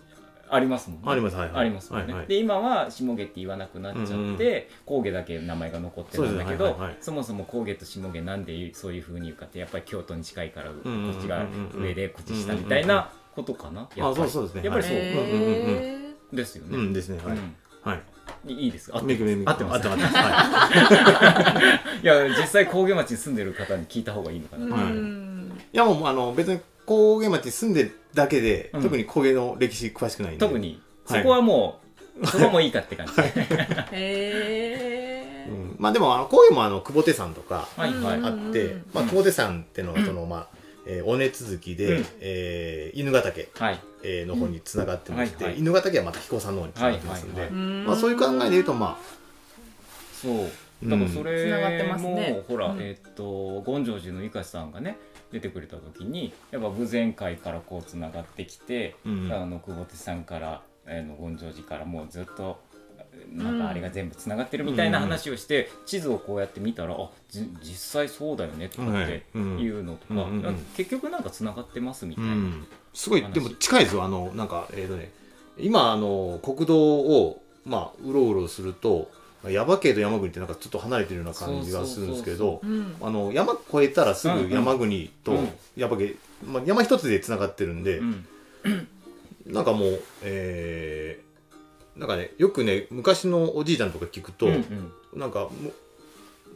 Speaker 1: ありますもんね。
Speaker 3: あります、はいはい。
Speaker 1: ありますもんね、
Speaker 3: はいはい
Speaker 1: で今は下毛って言わなくなっちゃって、
Speaker 3: うんうん
Speaker 1: 高下だけ名前が残ってるんだけどそ,、
Speaker 3: そうですねはいはいはい
Speaker 1: もそも高下と下毛なんでそういうふうに言うかってやっぱり京都に近いからこ
Speaker 3: うんうんうんうん
Speaker 1: っちが上でこっち下みたいなことかな、やっ
Speaker 3: あ、
Speaker 1: ぱ
Speaker 3: そ
Speaker 1: り
Speaker 3: うそうですね。
Speaker 1: やっぱりそう
Speaker 3: はいうんうんうん。
Speaker 2: へ
Speaker 1: ですよね。
Speaker 3: うんですね、はい。
Speaker 1: うん
Speaker 3: はい。
Speaker 1: いいですか
Speaker 3: めぐめぐ
Speaker 1: 合ってます
Speaker 3: 合ってます。はい
Speaker 1: や実際工芸町に住んでる方に聞いた方がいいのか
Speaker 2: ー
Speaker 1: な、
Speaker 2: う
Speaker 3: はい
Speaker 2: ん
Speaker 3: い。いや、もう、あの、別に高原町に住んでるだけで、
Speaker 1: うん
Speaker 3: 特に高原の歴史詳しくないんで。
Speaker 1: 特。に
Speaker 3: はい
Speaker 1: そこはもう、そこもいいかって感じ、
Speaker 2: へ
Speaker 3: う
Speaker 2: ー
Speaker 3: ん。まあでも、あの、高原もあの、久保手山とか、
Speaker 1: はいはい、
Speaker 2: うん
Speaker 1: あ
Speaker 3: あって、
Speaker 2: うん
Speaker 3: まあ、遠出山っていうのはその、まあえー尾根続きで、
Speaker 1: うん
Speaker 3: えー犬ヶ岳、
Speaker 1: はい
Speaker 3: えーの方につながってまして、
Speaker 1: はいはい
Speaker 3: 犬ヶ岳はまた彦さんの方につながってますんで、
Speaker 1: はいはい
Speaker 3: まあ、そういう考えで言うとま
Speaker 1: そう
Speaker 3: うん
Speaker 1: だからそれも、
Speaker 2: つながってますね
Speaker 1: ほら、
Speaker 2: うん
Speaker 1: えっと権城寺の伊香さんがね出てくれた時にやっぱ偶然会からこうつながってきて、
Speaker 3: あ、うん
Speaker 1: あの久保手さんから、えーの権城寺からもうずっとなんかあれが全部つながってるみたいな話をして、地図をこうやって見たらあじ実際そうだよねとかっていうのとか、
Speaker 3: はいうんうんうん
Speaker 1: 結局なんかつながってますみた
Speaker 3: う
Speaker 1: いな。
Speaker 3: ん、すごいでも近いですよあのなんかえっ、とね今あの国道をまあうろうろすると耶馬渓と山国ってなんかちょっと離れてるような感じがするんですけど
Speaker 2: うん
Speaker 3: あの山越えたらすぐ山国と
Speaker 1: うんうん
Speaker 3: 耶馬渓、まあ、山一つでつながってるんで、
Speaker 1: うん
Speaker 3: なんかもう、えー、なんかね、よくね、昔のおじいちゃんとか聞くと、
Speaker 1: うんうん
Speaker 3: なんかも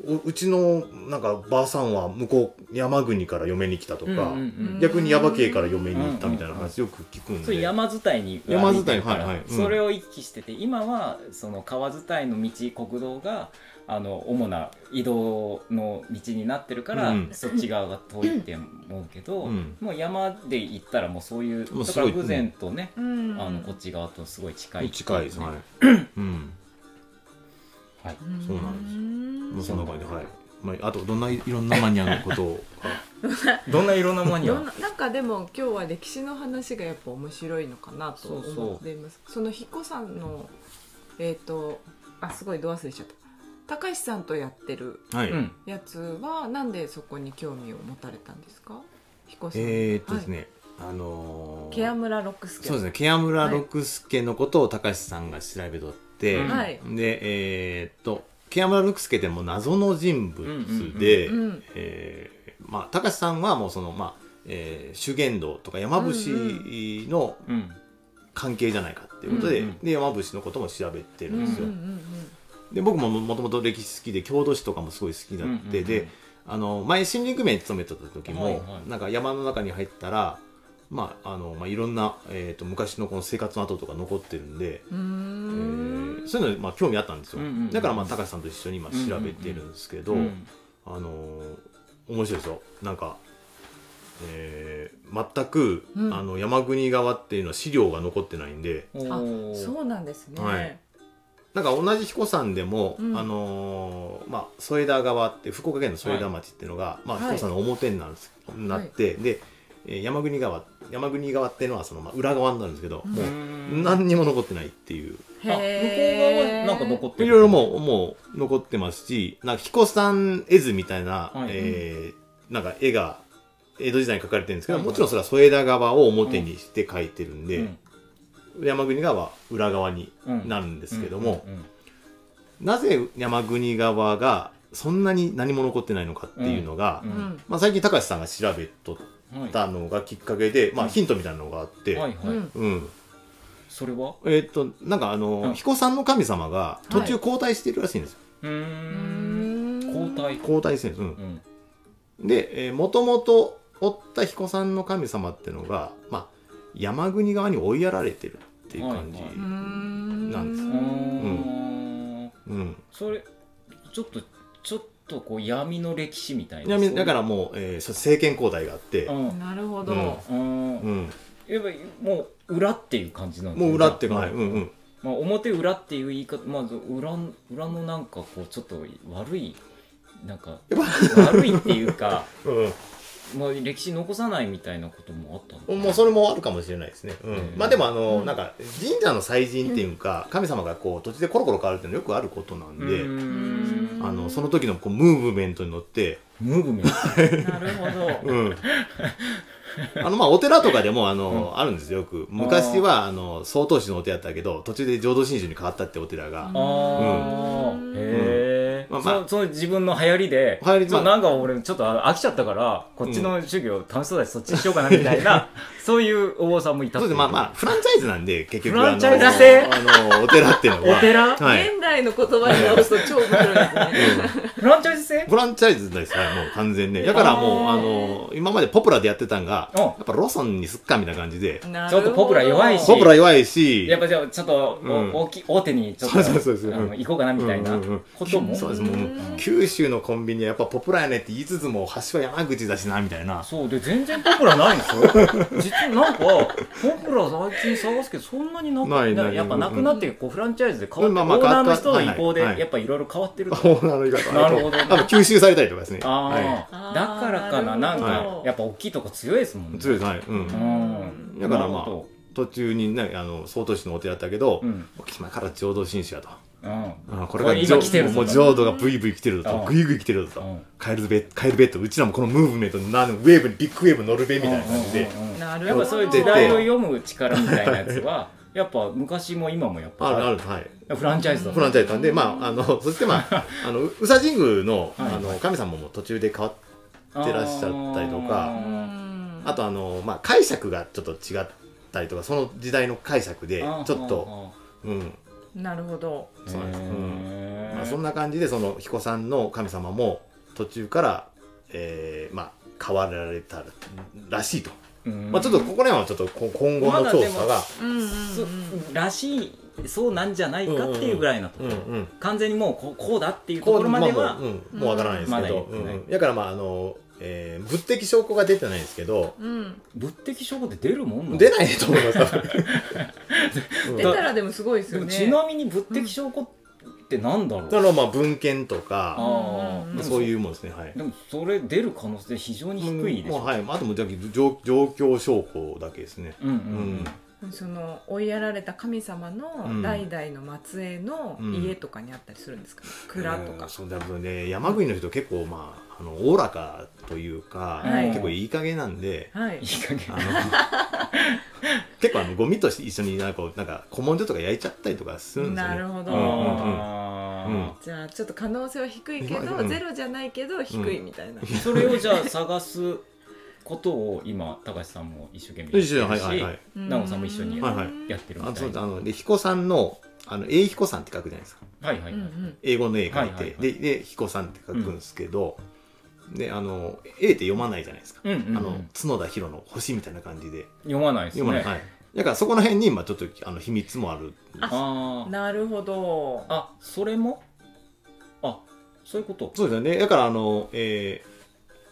Speaker 3: う、おうちのなんかばあさんは向こう山国から嫁に来たとか、
Speaker 1: うんうんうん
Speaker 3: 逆に耶馬渓から嫁に行ったみたいな話よく聞くん
Speaker 1: そ
Speaker 3: で、
Speaker 1: ういう山伝いに
Speaker 3: 山伝い
Speaker 1: 歩てるから
Speaker 3: はいはいうん
Speaker 1: それを行き来してて今はその川伝いの道国道があの主な移動の道になってるから、
Speaker 3: うん
Speaker 1: そっち側が遠いって思うけど、
Speaker 3: うん
Speaker 1: もう山で行ったらもうそういう
Speaker 3: もう
Speaker 1: だ
Speaker 3: す
Speaker 1: か
Speaker 3: ご
Speaker 1: ら
Speaker 3: い
Speaker 1: 偶然とね、
Speaker 2: うん
Speaker 1: あのこっち側とすごい近い
Speaker 3: 近いですね、はい うん、
Speaker 1: はい
Speaker 3: そうなんもう
Speaker 2: す
Speaker 3: そんな感じで、はいまあ、あとどんないいろんなマニアのこと を
Speaker 1: どんないろんなマニ
Speaker 2: どん
Speaker 1: ア
Speaker 2: ななんかでも今日は歴史の話がやっぱ面白いのかなと
Speaker 1: そうそう
Speaker 2: 思っていますその彦さんのえっ、とあすごいど忘れしちゃった高橋さんとやってる
Speaker 3: はい、
Speaker 1: うん
Speaker 2: やつはなんでそこに興味を持たれたんですか彦さん、
Speaker 3: えー、っとですね、あのー
Speaker 2: ケア村六助
Speaker 3: そうです
Speaker 2: ね
Speaker 3: ねケア村六助のことを高橋さんが調べとって、
Speaker 1: うん
Speaker 2: はい
Speaker 3: でえーっとケア村六助ってもう謎の人物で、
Speaker 2: うんうんうんうん
Speaker 3: えーまあ、高橋さんはもうその、まあえー、修験道とか山伏の
Speaker 1: うん
Speaker 3: 関係じゃないかっていうことで,、
Speaker 1: うんうん
Speaker 3: で山伏のことも調べてる
Speaker 2: うん
Speaker 3: ん
Speaker 2: うん
Speaker 3: ですよ。で僕ももともと歴史好きで郷土史とかもすごい好きだって、であの前森林組合に勤めてた時も、
Speaker 1: はいはい
Speaker 3: なんか山の中に入ったら、まああのまあ、いろんな、えー、と昔のこの生活の跡とか残ってるんで、
Speaker 2: うんうんう
Speaker 3: え
Speaker 2: んうーん
Speaker 3: ーそういうのに、まあ、興味あったんですよ、
Speaker 1: うんうんうん
Speaker 3: だから、まあ、高橋さんと一緒に今調べてるんですけど、
Speaker 1: うん
Speaker 3: あのー面白いですよなんかえー全く、
Speaker 2: うん
Speaker 3: あの山国側っていうのは資料が残ってないんで
Speaker 1: お
Speaker 2: あ
Speaker 1: ー
Speaker 2: そうなんですね、
Speaker 3: はいなんか同じ彦山でも、
Speaker 2: うん
Speaker 3: あのーまあ、添田川って福岡県の添田町っていうのが、まあ、
Speaker 2: はい
Speaker 3: 彦山の表になるんです、なってで、えー山国川山国川っていうのはその、まあ、裏側になるんですけど、
Speaker 2: うん
Speaker 3: も
Speaker 1: う
Speaker 3: う
Speaker 1: ーんあ向こ
Speaker 3: 何にも残ってないっていう
Speaker 1: う側はなんか残って
Speaker 3: い
Speaker 1: る
Speaker 3: ろいろもうもう残ってますしなんか彦山絵図みたいな、
Speaker 1: はい
Speaker 3: えーなんか絵が江戸時代に描かれてるんですけど、
Speaker 1: はい
Speaker 3: もちろんそれは添田川を表にして描いてるんで、
Speaker 1: うん
Speaker 3: 山国川は裏側に
Speaker 1: うん
Speaker 3: なるんですけども、
Speaker 1: うんうんうん
Speaker 3: なぜ山国川がそんなに何も残ってないのかっていうのが、
Speaker 1: うん
Speaker 2: うん
Speaker 3: まあ、最近高橋さんが調べとっ
Speaker 1: はい
Speaker 3: たのがきっかけで、ま
Speaker 1: う
Speaker 3: あ、
Speaker 1: ん
Speaker 3: ヒントみたいなのがあって、
Speaker 1: はいはい、
Speaker 2: うん
Speaker 3: うん、
Speaker 1: それは
Speaker 3: えーっとなんかあの、
Speaker 1: うん
Speaker 3: 彦山の神様が途中交代してるらしいんですよ、
Speaker 1: うー
Speaker 2: うんん
Speaker 1: 交代
Speaker 3: 交代してるんです、うん
Speaker 1: うん
Speaker 3: で、えー、もともとおった彦さんの神様ってのが、まあ、山国側に追いやられてるっていう感じ、
Speaker 1: はいはい
Speaker 2: うん
Speaker 3: なんです
Speaker 1: うーん
Speaker 3: うん
Speaker 1: それちょっとちょっとこう闇の歴史みたいな
Speaker 3: ちなみにだかららもう、えー、そう政権交代があって、
Speaker 1: うんう
Speaker 2: なるほど、
Speaker 3: うん
Speaker 1: ん
Speaker 3: うん、
Speaker 1: やっぱりもう裏っていう感じなんです
Speaker 3: もう裏っていうか、はいうんうん、
Speaker 1: まあ、表裏っていう言い方、まあ、裏裏のなんかこうちょっと悪いなんか
Speaker 3: やっ
Speaker 1: 悪いっていうか
Speaker 3: う
Speaker 1: まあ歴史残さないみたいなこともあったのか
Speaker 3: ん、
Speaker 1: な
Speaker 3: もうそれもあるかもしれないですね、うん
Speaker 1: うん
Speaker 3: まあでもあの、
Speaker 2: うん
Speaker 3: なんか神社の祭神っていうか神様がこう土地でコロコロ変わるっていうのはよくあることなん
Speaker 1: う
Speaker 3: で、
Speaker 1: ーん
Speaker 3: あのその時のこうムーブメントに乗って、
Speaker 1: ムーブメント
Speaker 2: なるほど
Speaker 3: うん、あのまあお寺とかでもあの、あるんですよよく昔はあの曹洞宗のお寺だったけど途中で浄土真宗に変わったってお寺が、
Speaker 1: ああ、
Speaker 2: うん
Speaker 1: へえ、
Speaker 3: うんまあまあ
Speaker 1: そその自分の流行りで、
Speaker 3: 流行りで
Speaker 1: そうなんか俺ちょっと飽きちゃったからこっちの授業楽しそうだし、そっちにしようかなみたいなそういうお坊さんもいた
Speaker 3: そうですねまあまあフランチャイズなんで結局
Speaker 1: フランチャイズ
Speaker 3: あの
Speaker 1: 制
Speaker 3: あのお寺っていうの は
Speaker 1: お寺
Speaker 3: はい、
Speaker 2: 現代の言葉に直すと超面白いですね
Speaker 1: フランチャイズ制
Speaker 3: フランチャイズですはいもう完全ねだからもう
Speaker 1: あ
Speaker 3: あ
Speaker 1: ー
Speaker 3: の今までポプラでやってたんが
Speaker 1: うん
Speaker 3: やっぱロソンにすっかみたいな感じで
Speaker 2: なるほど
Speaker 1: ちょっとポプラ弱いし
Speaker 3: ポプラ弱いし
Speaker 1: やっぱじゃあちょっと、お
Speaker 3: うん
Speaker 1: 大き大手にちょっ
Speaker 3: そ
Speaker 1: と
Speaker 3: うそうそうそう
Speaker 1: あ
Speaker 3: うん
Speaker 1: の行こうかなみたいな
Speaker 3: うんうんうん
Speaker 1: ことも、
Speaker 3: そうです
Speaker 1: うん
Speaker 3: もう
Speaker 2: うん
Speaker 3: 九州のコンビニはやっぱポプラやねって言いつつも橋は山口だしなみたいな
Speaker 1: そうで全然ポプラないん ですよ実はなんかポプラ最近探すけどそんなになく
Speaker 3: ないない
Speaker 1: やっぱなくなってこうフランチャイズで変わって、
Speaker 3: まあまあ
Speaker 1: オーナーの人の
Speaker 3: 変
Speaker 1: 意
Speaker 3: わった
Speaker 1: 向で
Speaker 3: はいはい
Speaker 1: やっぱいろいろ変わってると
Speaker 3: オーナーの言い方
Speaker 1: なるほどね
Speaker 3: 多分吸収されたりとかですね
Speaker 1: ああ、
Speaker 2: はい
Speaker 1: だからかな
Speaker 2: あー
Speaker 1: なんか、
Speaker 3: なる
Speaker 2: ほど
Speaker 1: やっぱ大きいとこ強いですもんね
Speaker 3: 強いですはい、うん
Speaker 1: う、ん
Speaker 3: だからまあ
Speaker 1: なるほ
Speaker 3: 途中にねあの曹洞宗のお寺だったけど、
Speaker 1: どうん
Speaker 3: 今から浄土真宗やと
Speaker 1: うん
Speaker 3: あこれ
Speaker 1: こ
Speaker 3: が
Speaker 1: れ今
Speaker 3: 浄
Speaker 1: 来てるぞ
Speaker 3: もう浄土がブイブイ来てるぞ
Speaker 1: うん
Speaker 3: とグイグイ来てるぞ
Speaker 1: う
Speaker 3: と
Speaker 1: ん
Speaker 3: カエルベカエルベッドうちらもこのムーブメントのなウェーブにビッグウェーブ乗るべみたいな感じで、
Speaker 1: うんうんうん
Speaker 2: なるほど
Speaker 1: やっぱそういう時代を読む力みたいなやつ はやっぱ昔も今もやっぱ
Speaker 3: あるあるはい
Speaker 1: フランチャイズだ
Speaker 3: フランチャイズなんで、まあ、あのそしてまああの宇佐神宮の,、
Speaker 1: はい
Speaker 3: あの神様も途中で変わっ
Speaker 1: ャ
Speaker 3: てらっしゃったりとか
Speaker 2: うん
Speaker 3: あとあの、まあ、解釈がちょっと違ったりとかその時代の解釈でちょっと、うん
Speaker 2: なるほど
Speaker 3: そうなんですうん
Speaker 1: へー
Speaker 3: まあ、そんな感じでその彦さんの神様も途中から、えーまあ、変わられたらしいと、
Speaker 1: うん
Speaker 3: まあ、ちょっとここら辺はちょっとこ今後の調査が、
Speaker 2: うんうん
Speaker 1: そらしいそうなんじゃないかっていうぐらいのとこ
Speaker 3: うん
Speaker 1: ろ、
Speaker 3: うん、
Speaker 1: 完全にもうこうこうだっていうところまでは、
Speaker 3: もう,、うん、もうわからないですけど、
Speaker 1: う
Speaker 3: うん
Speaker 1: ま
Speaker 3: ん
Speaker 1: だいいです
Speaker 3: だからまああの、えー物的証拠が出てないんですけど
Speaker 2: うんうん
Speaker 1: 物的証拠って出るもんなの
Speaker 3: 出ないと思います多分うん
Speaker 2: 出
Speaker 3: だ
Speaker 2: たらでもすごいです
Speaker 1: で
Speaker 2: よ
Speaker 1: も
Speaker 2: ね
Speaker 1: ちなみに物的証拠ってなんだろう、
Speaker 3: からまあ文献とか、
Speaker 1: あ
Speaker 2: うん
Speaker 1: あ
Speaker 3: そういううもんですねはい
Speaker 1: でもそれ出る可能性非常に低いでし
Speaker 3: もう
Speaker 1: ょ、
Speaker 3: はいあともうじゃあ状状況証拠だけですね
Speaker 1: うんうん
Speaker 3: うん
Speaker 2: その追いやられた神様
Speaker 3: うん
Speaker 2: の代々の末裔の家とかにあったりするんですか、ね蔵と
Speaker 3: う
Speaker 2: か
Speaker 3: ん、そうだからね山国の人結構まああのおおらかというか、
Speaker 2: はい
Speaker 3: 結構いい加減なんで
Speaker 2: はいい
Speaker 1: い加減
Speaker 3: あの結構あのゴミとして一緒になんかなんか古文書とか焼いちゃったりとかするんですよね
Speaker 2: なるほど
Speaker 3: うんうんうん
Speaker 1: あ
Speaker 2: じゃあちょっと可能性は低いけど、
Speaker 3: うん
Speaker 2: ゼロじゃないけど低いみたいな、
Speaker 1: ーそれをじゃあ探すことを今高橋さんも一生懸命やってるし
Speaker 3: 一緒にはいはいはい
Speaker 2: うん
Speaker 1: なおさんも一緒に
Speaker 3: はいはい
Speaker 1: やってる
Speaker 3: あ
Speaker 1: みた
Speaker 3: そ
Speaker 1: いうな
Speaker 3: あので彦さんのあの英彦さんって書くじゃないですか
Speaker 1: はいはいはい、
Speaker 2: うんうん
Speaker 3: 英語の英書いて、
Speaker 1: はいはいはい
Speaker 3: でで彦さんって書くんですけど、であの英って読まないじゃないですか、
Speaker 1: うんうんうん
Speaker 3: あの角田博の星みたいな感じで
Speaker 1: 読まないですね
Speaker 3: 読まない、はい、だからそこら辺にまあちょっとあの秘密もある
Speaker 1: あー
Speaker 2: なるほど
Speaker 1: あそれもあそういうこと
Speaker 3: そうですよね。だからあの、えー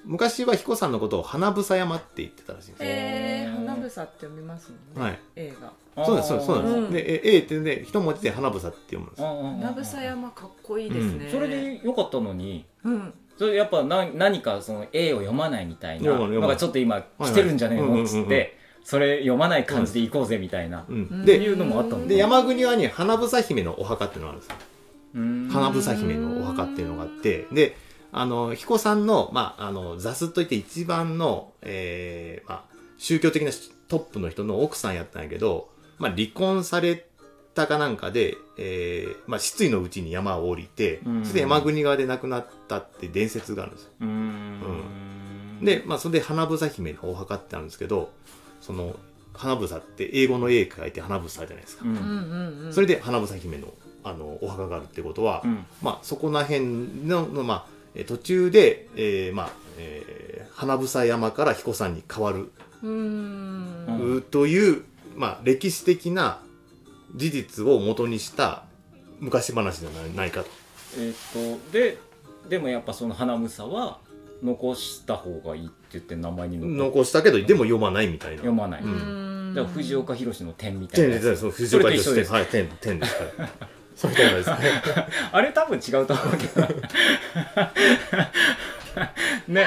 Speaker 3: 昔は彦さんのことを花房山って言ってたらしいんですよ。
Speaker 2: えー、花房って読みますもんね、
Speaker 3: はい
Speaker 2: 映画
Speaker 3: そうです、そうです、そうなん
Speaker 2: うん
Speaker 3: です。で、え A ってね、一文字で花房って読むんですよ。
Speaker 2: 花
Speaker 1: で
Speaker 2: 房山かっこいいですね、
Speaker 1: それでよかったのに
Speaker 2: うん
Speaker 1: それやっぱな何かその A を読まないみたいな
Speaker 3: 読まない読
Speaker 1: の
Speaker 3: まな
Speaker 1: が
Speaker 3: い
Speaker 1: ちょっと今来てるんじゃねえ
Speaker 3: はいはい
Speaker 1: のっつ
Speaker 3: うん
Speaker 1: っ
Speaker 3: うんうんう
Speaker 1: てそれ読まない感じで行こうぜみたいな
Speaker 3: う。
Speaker 2: うんん
Speaker 1: って
Speaker 3: で、
Speaker 1: いうのもあったもん
Speaker 3: で山国はね、花房姫のお墓っていうのがあるんですよ。
Speaker 1: うん
Speaker 3: 花房姫のお墓っていうのがあって、で、あの、彦さんの、まあ、あの、雑といって一番の、えー、まあ、宗教的なトップの人の奥さんやったんやけど、まあ、離婚されたかなんかで、えー、まあ、失意のうちに山を降りて
Speaker 1: う、ん
Speaker 3: そして山国側で亡くなったって伝説があるんですよ。
Speaker 1: うん
Speaker 3: で、まあ、それで花房姫のお墓ってあるんですけど、その、花房って英語の A 書いて花房じゃないですか
Speaker 1: う。ん
Speaker 2: うんうんうん
Speaker 3: それで花房姫の、あの、お墓があるってことは、
Speaker 1: うん
Speaker 3: まあ、そこら辺のの、まあえー、途中で、えーまあえー花房山から彦山に変わる
Speaker 2: うーん
Speaker 1: う
Speaker 3: うという、まあ、歴史的な事実を元にした昔話じゃないないかと。
Speaker 1: えーっとででもやっぱその花房は残した方がいいって言って名前に残っ
Speaker 3: 残したけどでも読まないみたいな。
Speaker 1: 読まない、
Speaker 3: うん
Speaker 2: ん
Speaker 1: だから藤岡弘の点みたい
Speaker 3: 天
Speaker 1: な
Speaker 3: で
Speaker 1: やつ
Speaker 3: すそう藤岡
Speaker 1: それと一緒
Speaker 3: 弘
Speaker 1: です
Speaker 3: はい天天ですはい。そうみたいなですね。
Speaker 1: あれ多分違うと思うけ どね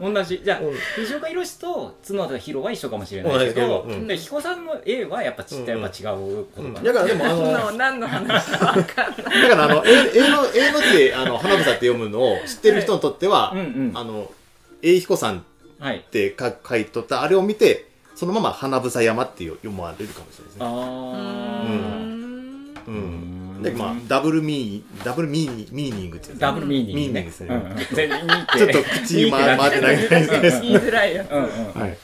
Speaker 1: 同じじゃあ
Speaker 3: うん
Speaker 1: 藤岡弘と角田博は一緒かもしれないけど、
Speaker 3: 同じけどうん
Speaker 1: で彦さんの A はやっぱちっとやっぱ違うこと
Speaker 3: う
Speaker 1: か
Speaker 3: ん
Speaker 1: な、
Speaker 3: だからでもあの
Speaker 2: 何
Speaker 3: だ
Speaker 2: の何の話か分かんない
Speaker 3: からあの英英の英の字であの花房って読むのを知ってる人にとっては、
Speaker 1: うんうん
Speaker 3: あの英彦さん
Speaker 1: はい
Speaker 3: って書書いとったあれを見てそのまま花房山って読まれるかもしれないです
Speaker 1: あ
Speaker 3: ね。
Speaker 1: あ、
Speaker 2: うん
Speaker 1: う
Speaker 3: う
Speaker 1: ん
Speaker 3: ん、でまあダブルミーダブルミーニミーニングっていうんですか
Speaker 1: ダブルミーニング、
Speaker 3: ミーニングですね
Speaker 1: うんうん全然似て
Speaker 3: ちょっと口回回ってないみたいですけど
Speaker 2: 言いづらいやつ
Speaker 1: うんうん
Speaker 3: はい、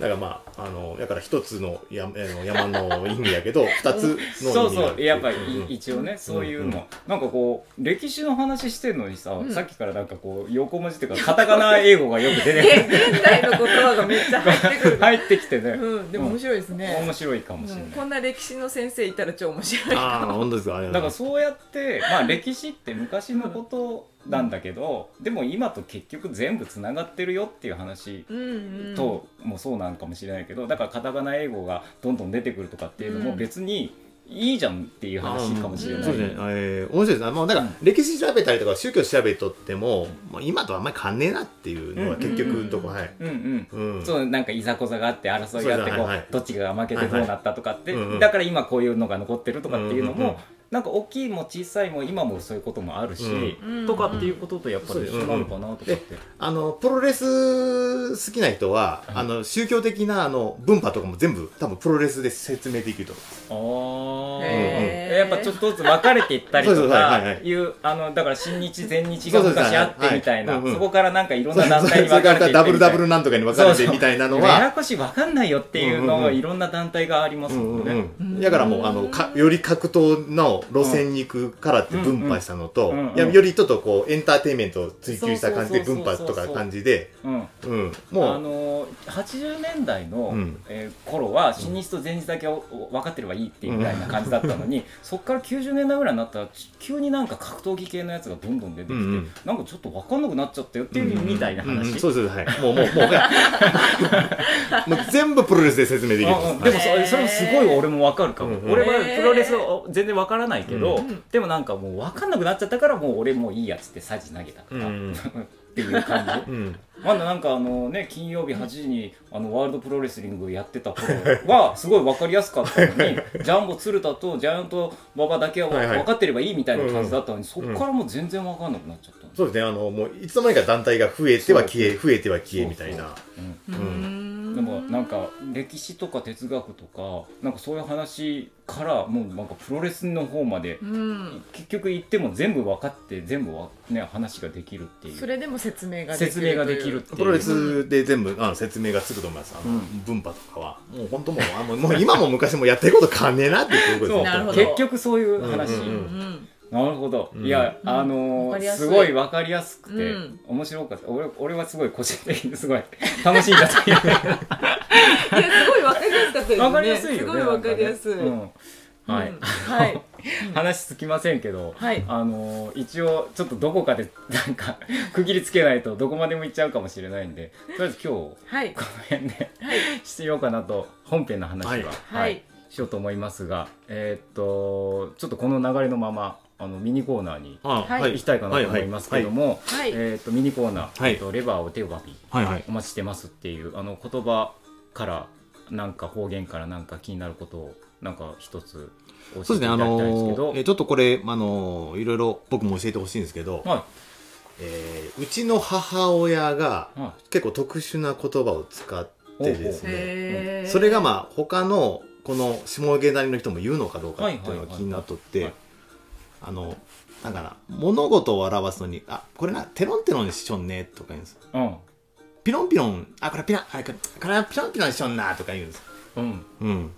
Speaker 3: だからまああのだから一つの山あの山の意味や けど二つの
Speaker 1: そう
Speaker 3: 意味があ
Speaker 1: そう
Speaker 3: る
Speaker 1: やっぱり
Speaker 3: うんうん
Speaker 1: 一応ねそういう
Speaker 3: うんう
Speaker 1: のなんかこう歴史の話してんのにさ
Speaker 2: ん
Speaker 1: さっきからなんかこう横文字っていうかカタカナ英語がよく出て
Speaker 2: 現現代の言葉がめっちゃ入ってくる、
Speaker 1: 入ってきてね
Speaker 2: うん、でも面白いですね、
Speaker 1: 面白いかもしれ
Speaker 2: うん
Speaker 1: な
Speaker 2: こ
Speaker 1: い
Speaker 2: んな歴史の先生いたら超面白い
Speaker 3: ああ本当ですかありが
Speaker 1: だ
Speaker 3: とう
Speaker 1: から
Speaker 3: ござい
Speaker 1: そうやってまあ歴史って昔のことなんだけどでも今と結局全部つながってるよっていう話
Speaker 2: うんうん
Speaker 1: ともそうなんかもしれないけどだからカタカナ英語がどんどん出てくるとかっていうの
Speaker 2: う
Speaker 1: も
Speaker 2: ん
Speaker 1: 別にいいじゃんっていう
Speaker 3: ます
Speaker 1: 話かもしれ
Speaker 3: うん
Speaker 1: な
Speaker 3: そ
Speaker 1: いう
Speaker 3: ですね、えー、面白いですね、まあ、だから歴史調べたりとか宗教調べとっても、まあ、今とあんまり関ねえなっていうのは結局のとこ、
Speaker 2: うん
Speaker 3: はい、
Speaker 1: うんうん
Speaker 3: うん、
Speaker 1: そうなんかいざこざがあって争いがあって
Speaker 3: そうです
Speaker 1: こう、
Speaker 3: ねはいはい
Speaker 1: どっちが負けてどうなったとかって、
Speaker 3: はいはいうんうん
Speaker 1: だから今こういうのが残ってるとかっていうのも、
Speaker 3: うんうんうん
Speaker 1: なんか大きいも小さいも今もそういうこともあるし、
Speaker 2: うん
Speaker 1: とかっていうこととやっぱり一緒なのかなとかって、
Speaker 3: あのプロレス好きな人は、
Speaker 1: はい
Speaker 3: あの宗教的なあの分派とかも全部多分プロレスで説明できると
Speaker 1: ああ、
Speaker 3: 思
Speaker 2: へー
Speaker 1: やっぱちょっとずつ分かれていったり
Speaker 3: そう
Speaker 1: と
Speaker 3: そうはいはい
Speaker 1: か
Speaker 3: はい
Speaker 1: いうあのだから新日前日が昔あってみたいな
Speaker 3: そうそうそうはいはいうんうん
Speaker 1: そこからなんかいろん
Speaker 3: う
Speaker 1: な団体に
Speaker 3: それ
Speaker 1: 分
Speaker 3: か
Speaker 1: かれていってみたい
Speaker 3: ら
Speaker 1: な
Speaker 3: ダブルダブルなんとかに分かれてみたいなの
Speaker 1: やや
Speaker 3: は
Speaker 1: こしい分かんないよっていうの
Speaker 3: うんうん
Speaker 1: を
Speaker 3: うん
Speaker 1: いろんな団体があります
Speaker 3: う
Speaker 1: もん
Speaker 3: ん
Speaker 1: ね。
Speaker 3: うん
Speaker 2: うん
Speaker 3: だからもうあのかより格闘の路線に行くからって分派したのと、
Speaker 1: うんうんうん
Speaker 3: いやよりちょっとこうエンターテインメントを追求した感じで
Speaker 1: そう
Speaker 3: 分
Speaker 1: そうそうそ
Speaker 3: 派
Speaker 1: う
Speaker 3: とか感じで、
Speaker 1: うん
Speaker 3: うん、
Speaker 1: あ
Speaker 3: もう
Speaker 1: のー80年代の、
Speaker 3: うん
Speaker 1: えー頃は新日と前日だけをお分かってればいいっていうみたいな感じだったのに、そこから90年代ぐらいになったらち急になんか格闘技系のやつがどんどん出てきて、
Speaker 3: うんうん
Speaker 1: なんかちょっと分かんなくなっちゃったよっていうみたいな
Speaker 3: うんうん
Speaker 1: 話。
Speaker 3: そうですはいもう もうもうもう全部プロレスで説明できる
Speaker 1: あうんでもそれそれもすごい俺も分かるかも、
Speaker 3: うんうん
Speaker 1: 俺はプロレスを全然分からないけど、
Speaker 3: うん
Speaker 1: でもなんかもう分かんなくなっちゃったからもう俺もういいやつってサジ投げたと
Speaker 3: うん
Speaker 1: か、
Speaker 3: う
Speaker 1: っ
Speaker 3: ん
Speaker 1: ていう感じ
Speaker 3: うん
Speaker 1: まだなんかあのね金曜日8時にあのワールドプロレスリングやってた頃 はすごい分かりやすかったのにジャンボ鶴田とジャイアント馬場だけは
Speaker 3: はいはい
Speaker 1: 分かってればいいみたいな感じだったのに、
Speaker 3: ん
Speaker 1: そっからもう全然分かんなくなっちゃったの、
Speaker 3: そうですね、あのもういつの間にか団体が増えては消え、増えては消えみたいな。
Speaker 1: うん
Speaker 2: う
Speaker 1: でも
Speaker 2: ん
Speaker 1: なんか歴史とか哲学とかなんかそういう話からもうなんかプロレスの方まで
Speaker 2: うん
Speaker 1: 結局行っても全部分かって全部わ、ね、話ができるってい
Speaker 2: そうれでも説明ができる
Speaker 1: 説明ができるっていう
Speaker 3: プロレスで全部あの説明がつくと思います、あの
Speaker 1: うん
Speaker 3: 分派とかは。もう本当もうあもうもう今も昔もやってることかねえなっていうことです
Speaker 1: そう
Speaker 3: ね
Speaker 2: なるほど
Speaker 1: 結局そういう話、
Speaker 3: うんうん
Speaker 2: とい
Speaker 3: うん
Speaker 2: ううん
Speaker 1: なるほど、
Speaker 3: うん
Speaker 1: いや、
Speaker 2: うん
Speaker 1: あ
Speaker 2: わ
Speaker 1: の
Speaker 2: か
Speaker 1: ー
Speaker 2: りやすい
Speaker 1: すごいわかりやすくて、
Speaker 2: うん
Speaker 1: 面白かった俺俺はすごい個人的にすごい 楽しんだ という
Speaker 2: いやすごいわかりやすかったですね
Speaker 1: わかりやすいよね
Speaker 2: すごいわかりやすい、
Speaker 1: なんかねうんはい
Speaker 2: うんはい。
Speaker 1: 話つきませんけど、
Speaker 2: はい
Speaker 1: あのー一応ちょっとどこかでなんか 区切りつけないとどこまでも行っちゃうかもしれないんでとりあえず今日こ
Speaker 2: はい。
Speaker 1: の辺で してみようかなと本編の話は、
Speaker 3: はい
Speaker 2: はい
Speaker 1: しようと思いますがえーっとちょっとこの流れのままあのミニコーナーに
Speaker 3: あ
Speaker 2: はい
Speaker 1: 行きたいかなと思いますけども、
Speaker 2: はい。
Speaker 1: えーっとミニコーナー、
Speaker 3: はい
Speaker 1: えーっとレバーを手をバビー
Speaker 3: はいはい
Speaker 1: お待ちしてますっていうあの言葉からなんか方言からなんか気になることをなんか一つ教えて
Speaker 3: そう
Speaker 1: い
Speaker 3: で
Speaker 1: た
Speaker 3: すね、
Speaker 1: だ
Speaker 3: あ
Speaker 1: きたいんですけ
Speaker 3: の
Speaker 1: ど、
Speaker 3: ーえちょっとこれ、あのーいろいろ僕も教えてほしいんですけど、
Speaker 1: は
Speaker 3: えーうちの母親が
Speaker 1: い、は
Speaker 3: 結構特殊な言葉を使ってですね、
Speaker 2: へー
Speaker 3: それがまあ他のこの下下なりの人も言うのかどうか
Speaker 1: は
Speaker 3: っ
Speaker 1: い
Speaker 3: ていうの
Speaker 1: はい
Speaker 3: が
Speaker 1: はい
Speaker 3: 気になっとっ
Speaker 1: は
Speaker 3: て
Speaker 1: い、
Speaker 3: あの、だから物事を表すのに、あ、これな、テロンテロンしちょんねとか言うんです。
Speaker 1: い、うん
Speaker 3: ピロンピロン、あ、これピラン、あ、これこれはピロンピロンしちょんなとか言うんです。
Speaker 1: うん、
Speaker 3: うん。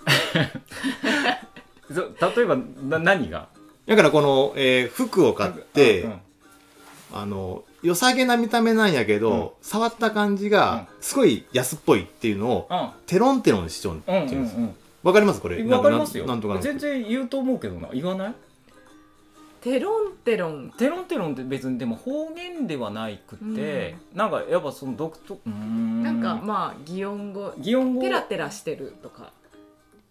Speaker 1: そ例えばな何が
Speaker 3: だからこの、えー服を買って、
Speaker 1: うん
Speaker 3: あの、良さげな見た目なんやけど、触った感じが、すごい安っぽいっていうのを、テロンテロンしちょんって
Speaker 1: うんう
Speaker 3: い
Speaker 1: ん
Speaker 3: うん
Speaker 1: う
Speaker 3: です。
Speaker 1: ん
Speaker 3: わかりますこ
Speaker 1: う
Speaker 3: れ。
Speaker 1: んわかりますよ
Speaker 3: なんとかなんとか
Speaker 1: 全然言うと思うけどな言わない
Speaker 2: テロンテロン。
Speaker 1: テロンテロンって別にでも方言ではないくて、なんかやっぱその独特うーん
Speaker 2: なんかまあ擬音語。
Speaker 1: 擬音語
Speaker 2: テラテラしてるとか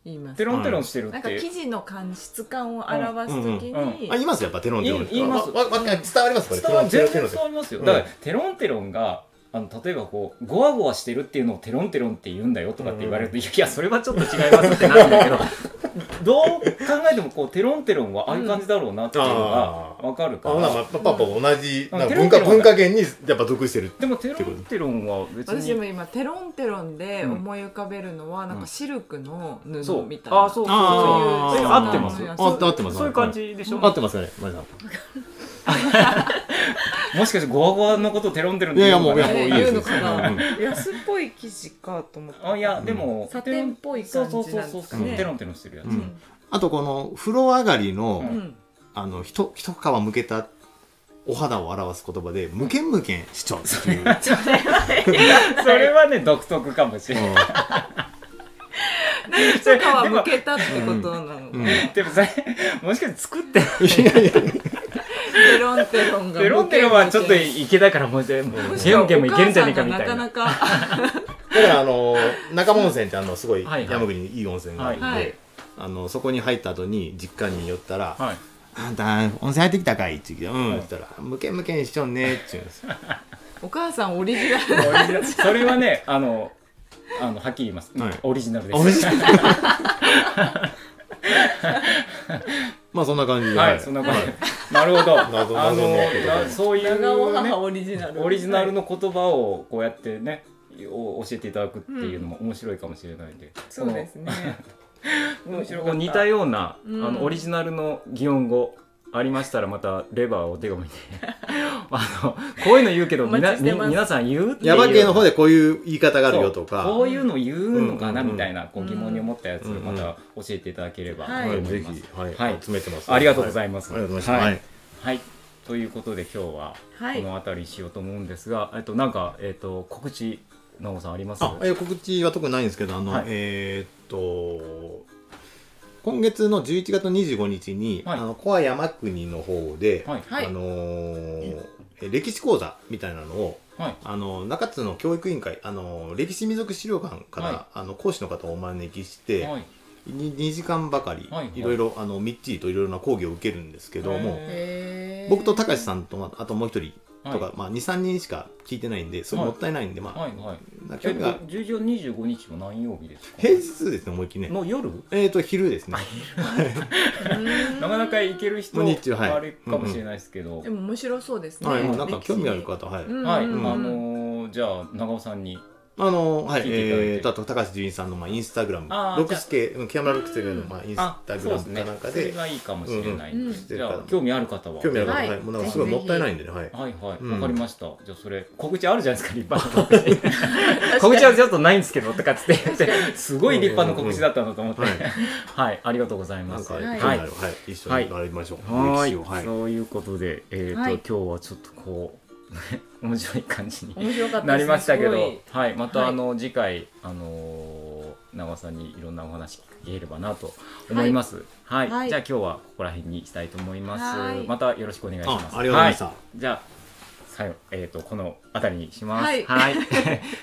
Speaker 2: 言います
Speaker 1: テ。ロンテロンしてるって、
Speaker 2: なんか生地の感質感を表すとき
Speaker 1: うんうん
Speaker 2: に
Speaker 3: あ、。言いますやっぱテロンテロン。
Speaker 1: 言い言います
Speaker 3: わわわ伝わりますこれ。
Speaker 1: 伝わる全
Speaker 3: テ
Speaker 1: 然
Speaker 3: ロン
Speaker 1: 伝
Speaker 3: テロン
Speaker 1: わりますよ、
Speaker 3: うん
Speaker 1: だからテロンテロンがあの例えばこうゴワゴワしてるっていうのをテロンテロンって言うんだよとかって言われると、いやそれはちょっと違いますってなるんだけど どう考えてもこうテロンテロンはああいう感じだろうなっていうのが
Speaker 3: うん
Speaker 1: わかるか
Speaker 3: あ、ほ
Speaker 1: ら、
Speaker 3: な、まパパと同じ、
Speaker 1: うん
Speaker 3: なんか
Speaker 1: テロンテ
Speaker 3: 文化、
Speaker 1: ロン
Speaker 3: 文化圏にやっぱ属してる。
Speaker 1: でもテロンテロンは別
Speaker 2: 私も
Speaker 1: に
Speaker 2: 今テロンテロンで思い浮かべるのはなん
Speaker 1: うん
Speaker 2: かシルクの
Speaker 1: そ
Speaker 2: 布
Speaker 1: う
Speaker 2: みたいな。
Speaker 1: あそうそうそう
Speaker 3: あー
Speaker 1: そういう合ってます
Speaker 2: あ
Speaker 3: 合って合ってます
Speaker 1: そういう感じでしょ、
Speaker 3: 合ってますよね、マジさん。
Speaker 1: もしかしてゴワゴワのことをテロンテロンっ
Speaker 3: い
Speaker 1: て
Speaker 3: やい
Speaker 1: 言う
Speaker 3: や、
Speaker 1: の
Speaker 3: も
Speaker 1: か
Speaker 3: う、い
Speaker 1: な
Speaker 3: や、もういい
Speaker 2: 言
Speaker 3: で
Speaker 2: う
Speaker 3: す
Speaker 2: の
Speaker 3: よ。
Speaker 2: かな
Speaker 3: うん
Speaker 2: 安っぽい生地かと思っ
Speaker 1: あいやでも、
Speaker 2: サテンっぽい
Speaker 1: そ
Speaker 2: 感
Speaker 1: うそうそ
Speaker 2: じ
Speaker 1: う
Speaker 2: なん
Speaker 1: そ
Speaker 2: で
Speaker 1: う
Speaker 2: すか
Speaker 1: そう
Speaker 2: ね
Speaker 1: テロンテロンしてるやつ、
Speaker 3: うんあと、この、風呂上がりの、
Speaker 1: うん
Speaker 3: あの、ひと、ひと皮むけたお肌を表す言葉で、むけんむけんしちょうっていう。
Speaker 1: それはね独特かもしれない、
Speaker 2: 一皮むけたってことなの、
Speaker 3: うんうん
Speaker 1: でもそれもしかして作 って
Speaker 2: テロンテロンが
Speaker 1: ペロンペロンはちょっといけだからもう全部
Speaker 2: む
Speaker 1: ゲ
Speaker 2: ろ
Speaker 1: ンゲンもいけんじゃねえかみたいな
Speaker 2: お母さんがなかなか
Speaker 3: だからあの中本温泉ってあのすごい
Speaker 1: はいはい
Speaker 3: 山国にいい温泉があるんで、
Speaker 2: はいはい
Speaker 3: あのそこに入った後に実家に寄ったら「
Speaker 1: はい
Speaker 3: あんた温泉入ってきたかい?」って言って「うん」
Speaker 1: はい
Speaker 3: って言ったら「むけんむけんしちょんね」って言うんですよ
Speaker 2: お母さんオリジナル
Speaker 1: オリジナルそれはねあのあのはっきり言います、
Speaker 3: はい
Speaker 1: オリジナルです
Speaker 3: 面白いまあそんな感じで、
Speaker 1: はいそんな感じ、なるほど
Speaker 3: 謎々の
Speaker 1: あのなそうい
Speaker 2: 長尾
Speaker 1: う、ね
Speaker 2: 母、 オリジナル
Speaker 1: オリジナルの言葉をこうやってねお教えていただくっていうのも面白いかもしれないんで、
Speaker 2: そうですね
Speaker 1: この
Speaker 2: 面白かった
Speaker 1: 似たような、
Speaker 2: うん
Speaker 1: あのオリジナルの擬音語ありましたらまたレバーをお手紙で あのこういうの言うけど
Speaker 2: お
Speaker 1: み
Speaker 2: 待
Speaker 1: な
Speaker 2: ちして
Speaker 1: み
Speaker 2: ます
Speaker 1: 皆さん言うっていう
Speaker 3: ヤバ系の方でこういう言い方があるよと
Speaker 1: そう
Speaker 3: か
Speaker 1: こういうの言うのかな
Speaker 3: うんうんうん
Speaker 1: みたいなこう疑問に思ったやつ
Speaker 3: うんうん
Speaker 1: また教えていただければと
Speaker 2: はい
Speaker 1: 思
Speaker 3: はいい
Speaker 1: ます、
Speaker 3: ぜひ、はい
Speaker 1: はい
Speaker 3: 集めてます
Speaker 1: ありがとうございます
Speaker 3: はいありがとうございます、
Speaker 1: は
Speaker 3: はいい
Speaker 1: はいということで今日はこ
Speaker 2: はい
Speaker 1: の辺りにしようと思うんですが、えっとなんかえっと告知なおさんあります
Speaker 3: あ、えー告知は特にないんですけど、あの、
Speaker 1: はい
Speaker 3: えーっと、今月の11月25日に、
Speaker 1: はい
Speaker 3: あの、コア山国の方で、
Speaker 1: はい
Speaker 2: はい
Speaker 3: あのーえ歴史講座みたいなのを、
Speaker 1: はい
Speaker 3: あの、中津の教育委員会、あの歴史民族資料館から、
Speaker 1: は
Speaker 3: あの、講師の方をお招きして、
Speaker 1: はい
Speaker 3: に2時間ばかり、
Speaker 1: はい
Speaker 3: い
Speaker 1: はい
Speaker 3: ろいろ、あの、みっちりといろいろな講義を受けるんですけども、
Speaker 1: へ
Speaker 2: へー
Speaker 3: 僕と高橋さんと、まああともう一人とか、
Speaker 1: は
Speaker 3: まあ、2、3人しか聞いてないんで、それもったいないんで、まあ、
Speaker 1: いはいえ
Speaker 3: な興
Speaker 1: っ
Speaker 3: 味
Speaker 1: と
Speaker 3: が
Speaker 1: 10月25日の何曜日ですか
Speaker 3: 平日ですね、思いっきりね。
Speaker 1: の夜
Speaker 3: えー、と昼ですね。
Speaker 2: うん
Speaker 1: なかなか行ける人
Speaker 3: もう日中はい
Speaker 1: あれかもしれないですけど、
Speaker 2: でも面白そうですね、
Speaker 3: はい、
Speaker 1: うん
Speaker 3: なんか興味ある方はい。
Speaker 2: うん
Speaker 1: はい、
Speaker 2: うん
Speaker 1: あのーじゃあ長尾さんに
Speaker 3: あのはい、
Speaker 1: 聞いていただいて
Speaker 3: えーとあと高橋純一さんのまあインスタグラム、
Speaker 1: あー
Speaker 3: ロックスケ、うんキャメラロックスケのまあインス
Speaker 1: あ
Speaker 3: タグ
Speaker 1: そう
Speaker 3: ラ
Speaker 1: です
Speaker 3: ムか
Speaker 1: ね
Speaker 3: なんか
Speaker 1: それ
Speaker 3: で
Speaker 1: がいいかもしれないんで、
Speaker 3: うん
Speaker 1: じゃあ興味ある方は
Speaker 3: 興味ある方
Speaker 2: はい
Speaker 3: はい、もうなんかすごい
Speaker 2: ぜひぜ
Speaker 3: も
Speaker 2: ひ
Speaker 3: ったいないんでね、はい。
Speaker 1: はいはい、わ
Speaker 3: うん
Speaker 1: かりました。じゃあそれ告知あるじゃないですか立派な 告知。告知はちょっとないんですけどとかっつって言ってすごい立派な告知だったなと思って、
Speaker 3: はい、
Speaker 1: はいありがとうござい
Speaker 3: な
Speaker 1: ま
Speaker 3: ん
Speaker 1: す。
Speaker 3: か興味
Speaker 1: は
Speaker 3: あ
Speaker 1: い
Speaker 3: る、
Speaker 1: は
Speaker 3: はいい、一緒に学びましょう。歴史を、はい。
Speaker 1: そういうことでえっ、と、
Speaker 2: はい
Speaker 1: 今日はちょっとこう 面白い感じに
Speaker 2: 面白かったですね
Speaker 1: なりましたけ
Speaker 2: すご
Speaker 1: ど
Speaker 2: い、
Speaker 1: はい、また
Speaker 2: はい
Speaker 1: あの次回、あのー長尾さんにいろんなお話聞ければなと思います。はい、
Speaker 2: はい
Speaker 1: じゃあ今日はここら辺にしたいと思います。
Speaker 2: はい
Speaker 1: またよろしくお願いします。
Speaker 3: あありがとうございました
Speaker 1: はじゃあ最後えっ、とこのあたりにします。は。
Speaker 2: はいい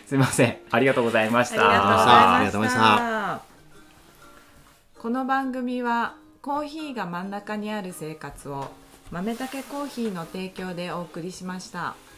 Speaker 1: すみません。ありがとうございまし
Speaker 2: あ
Speaker 1: た。
Speaker 2: りがとうご
Speaker 3: あ
Speaker 2: ざい
Speaker 3: り
Speaker 2: ま
Speaker 3: が
Speaker 2: し
Speaker 3: と
Speaker 2: た
Speaker 3: うございました
Speaker 2: この番組はコーヒーが真ん中にある生活を豆たけコーヒーの提供でお送りしました。
Speaker 4: 「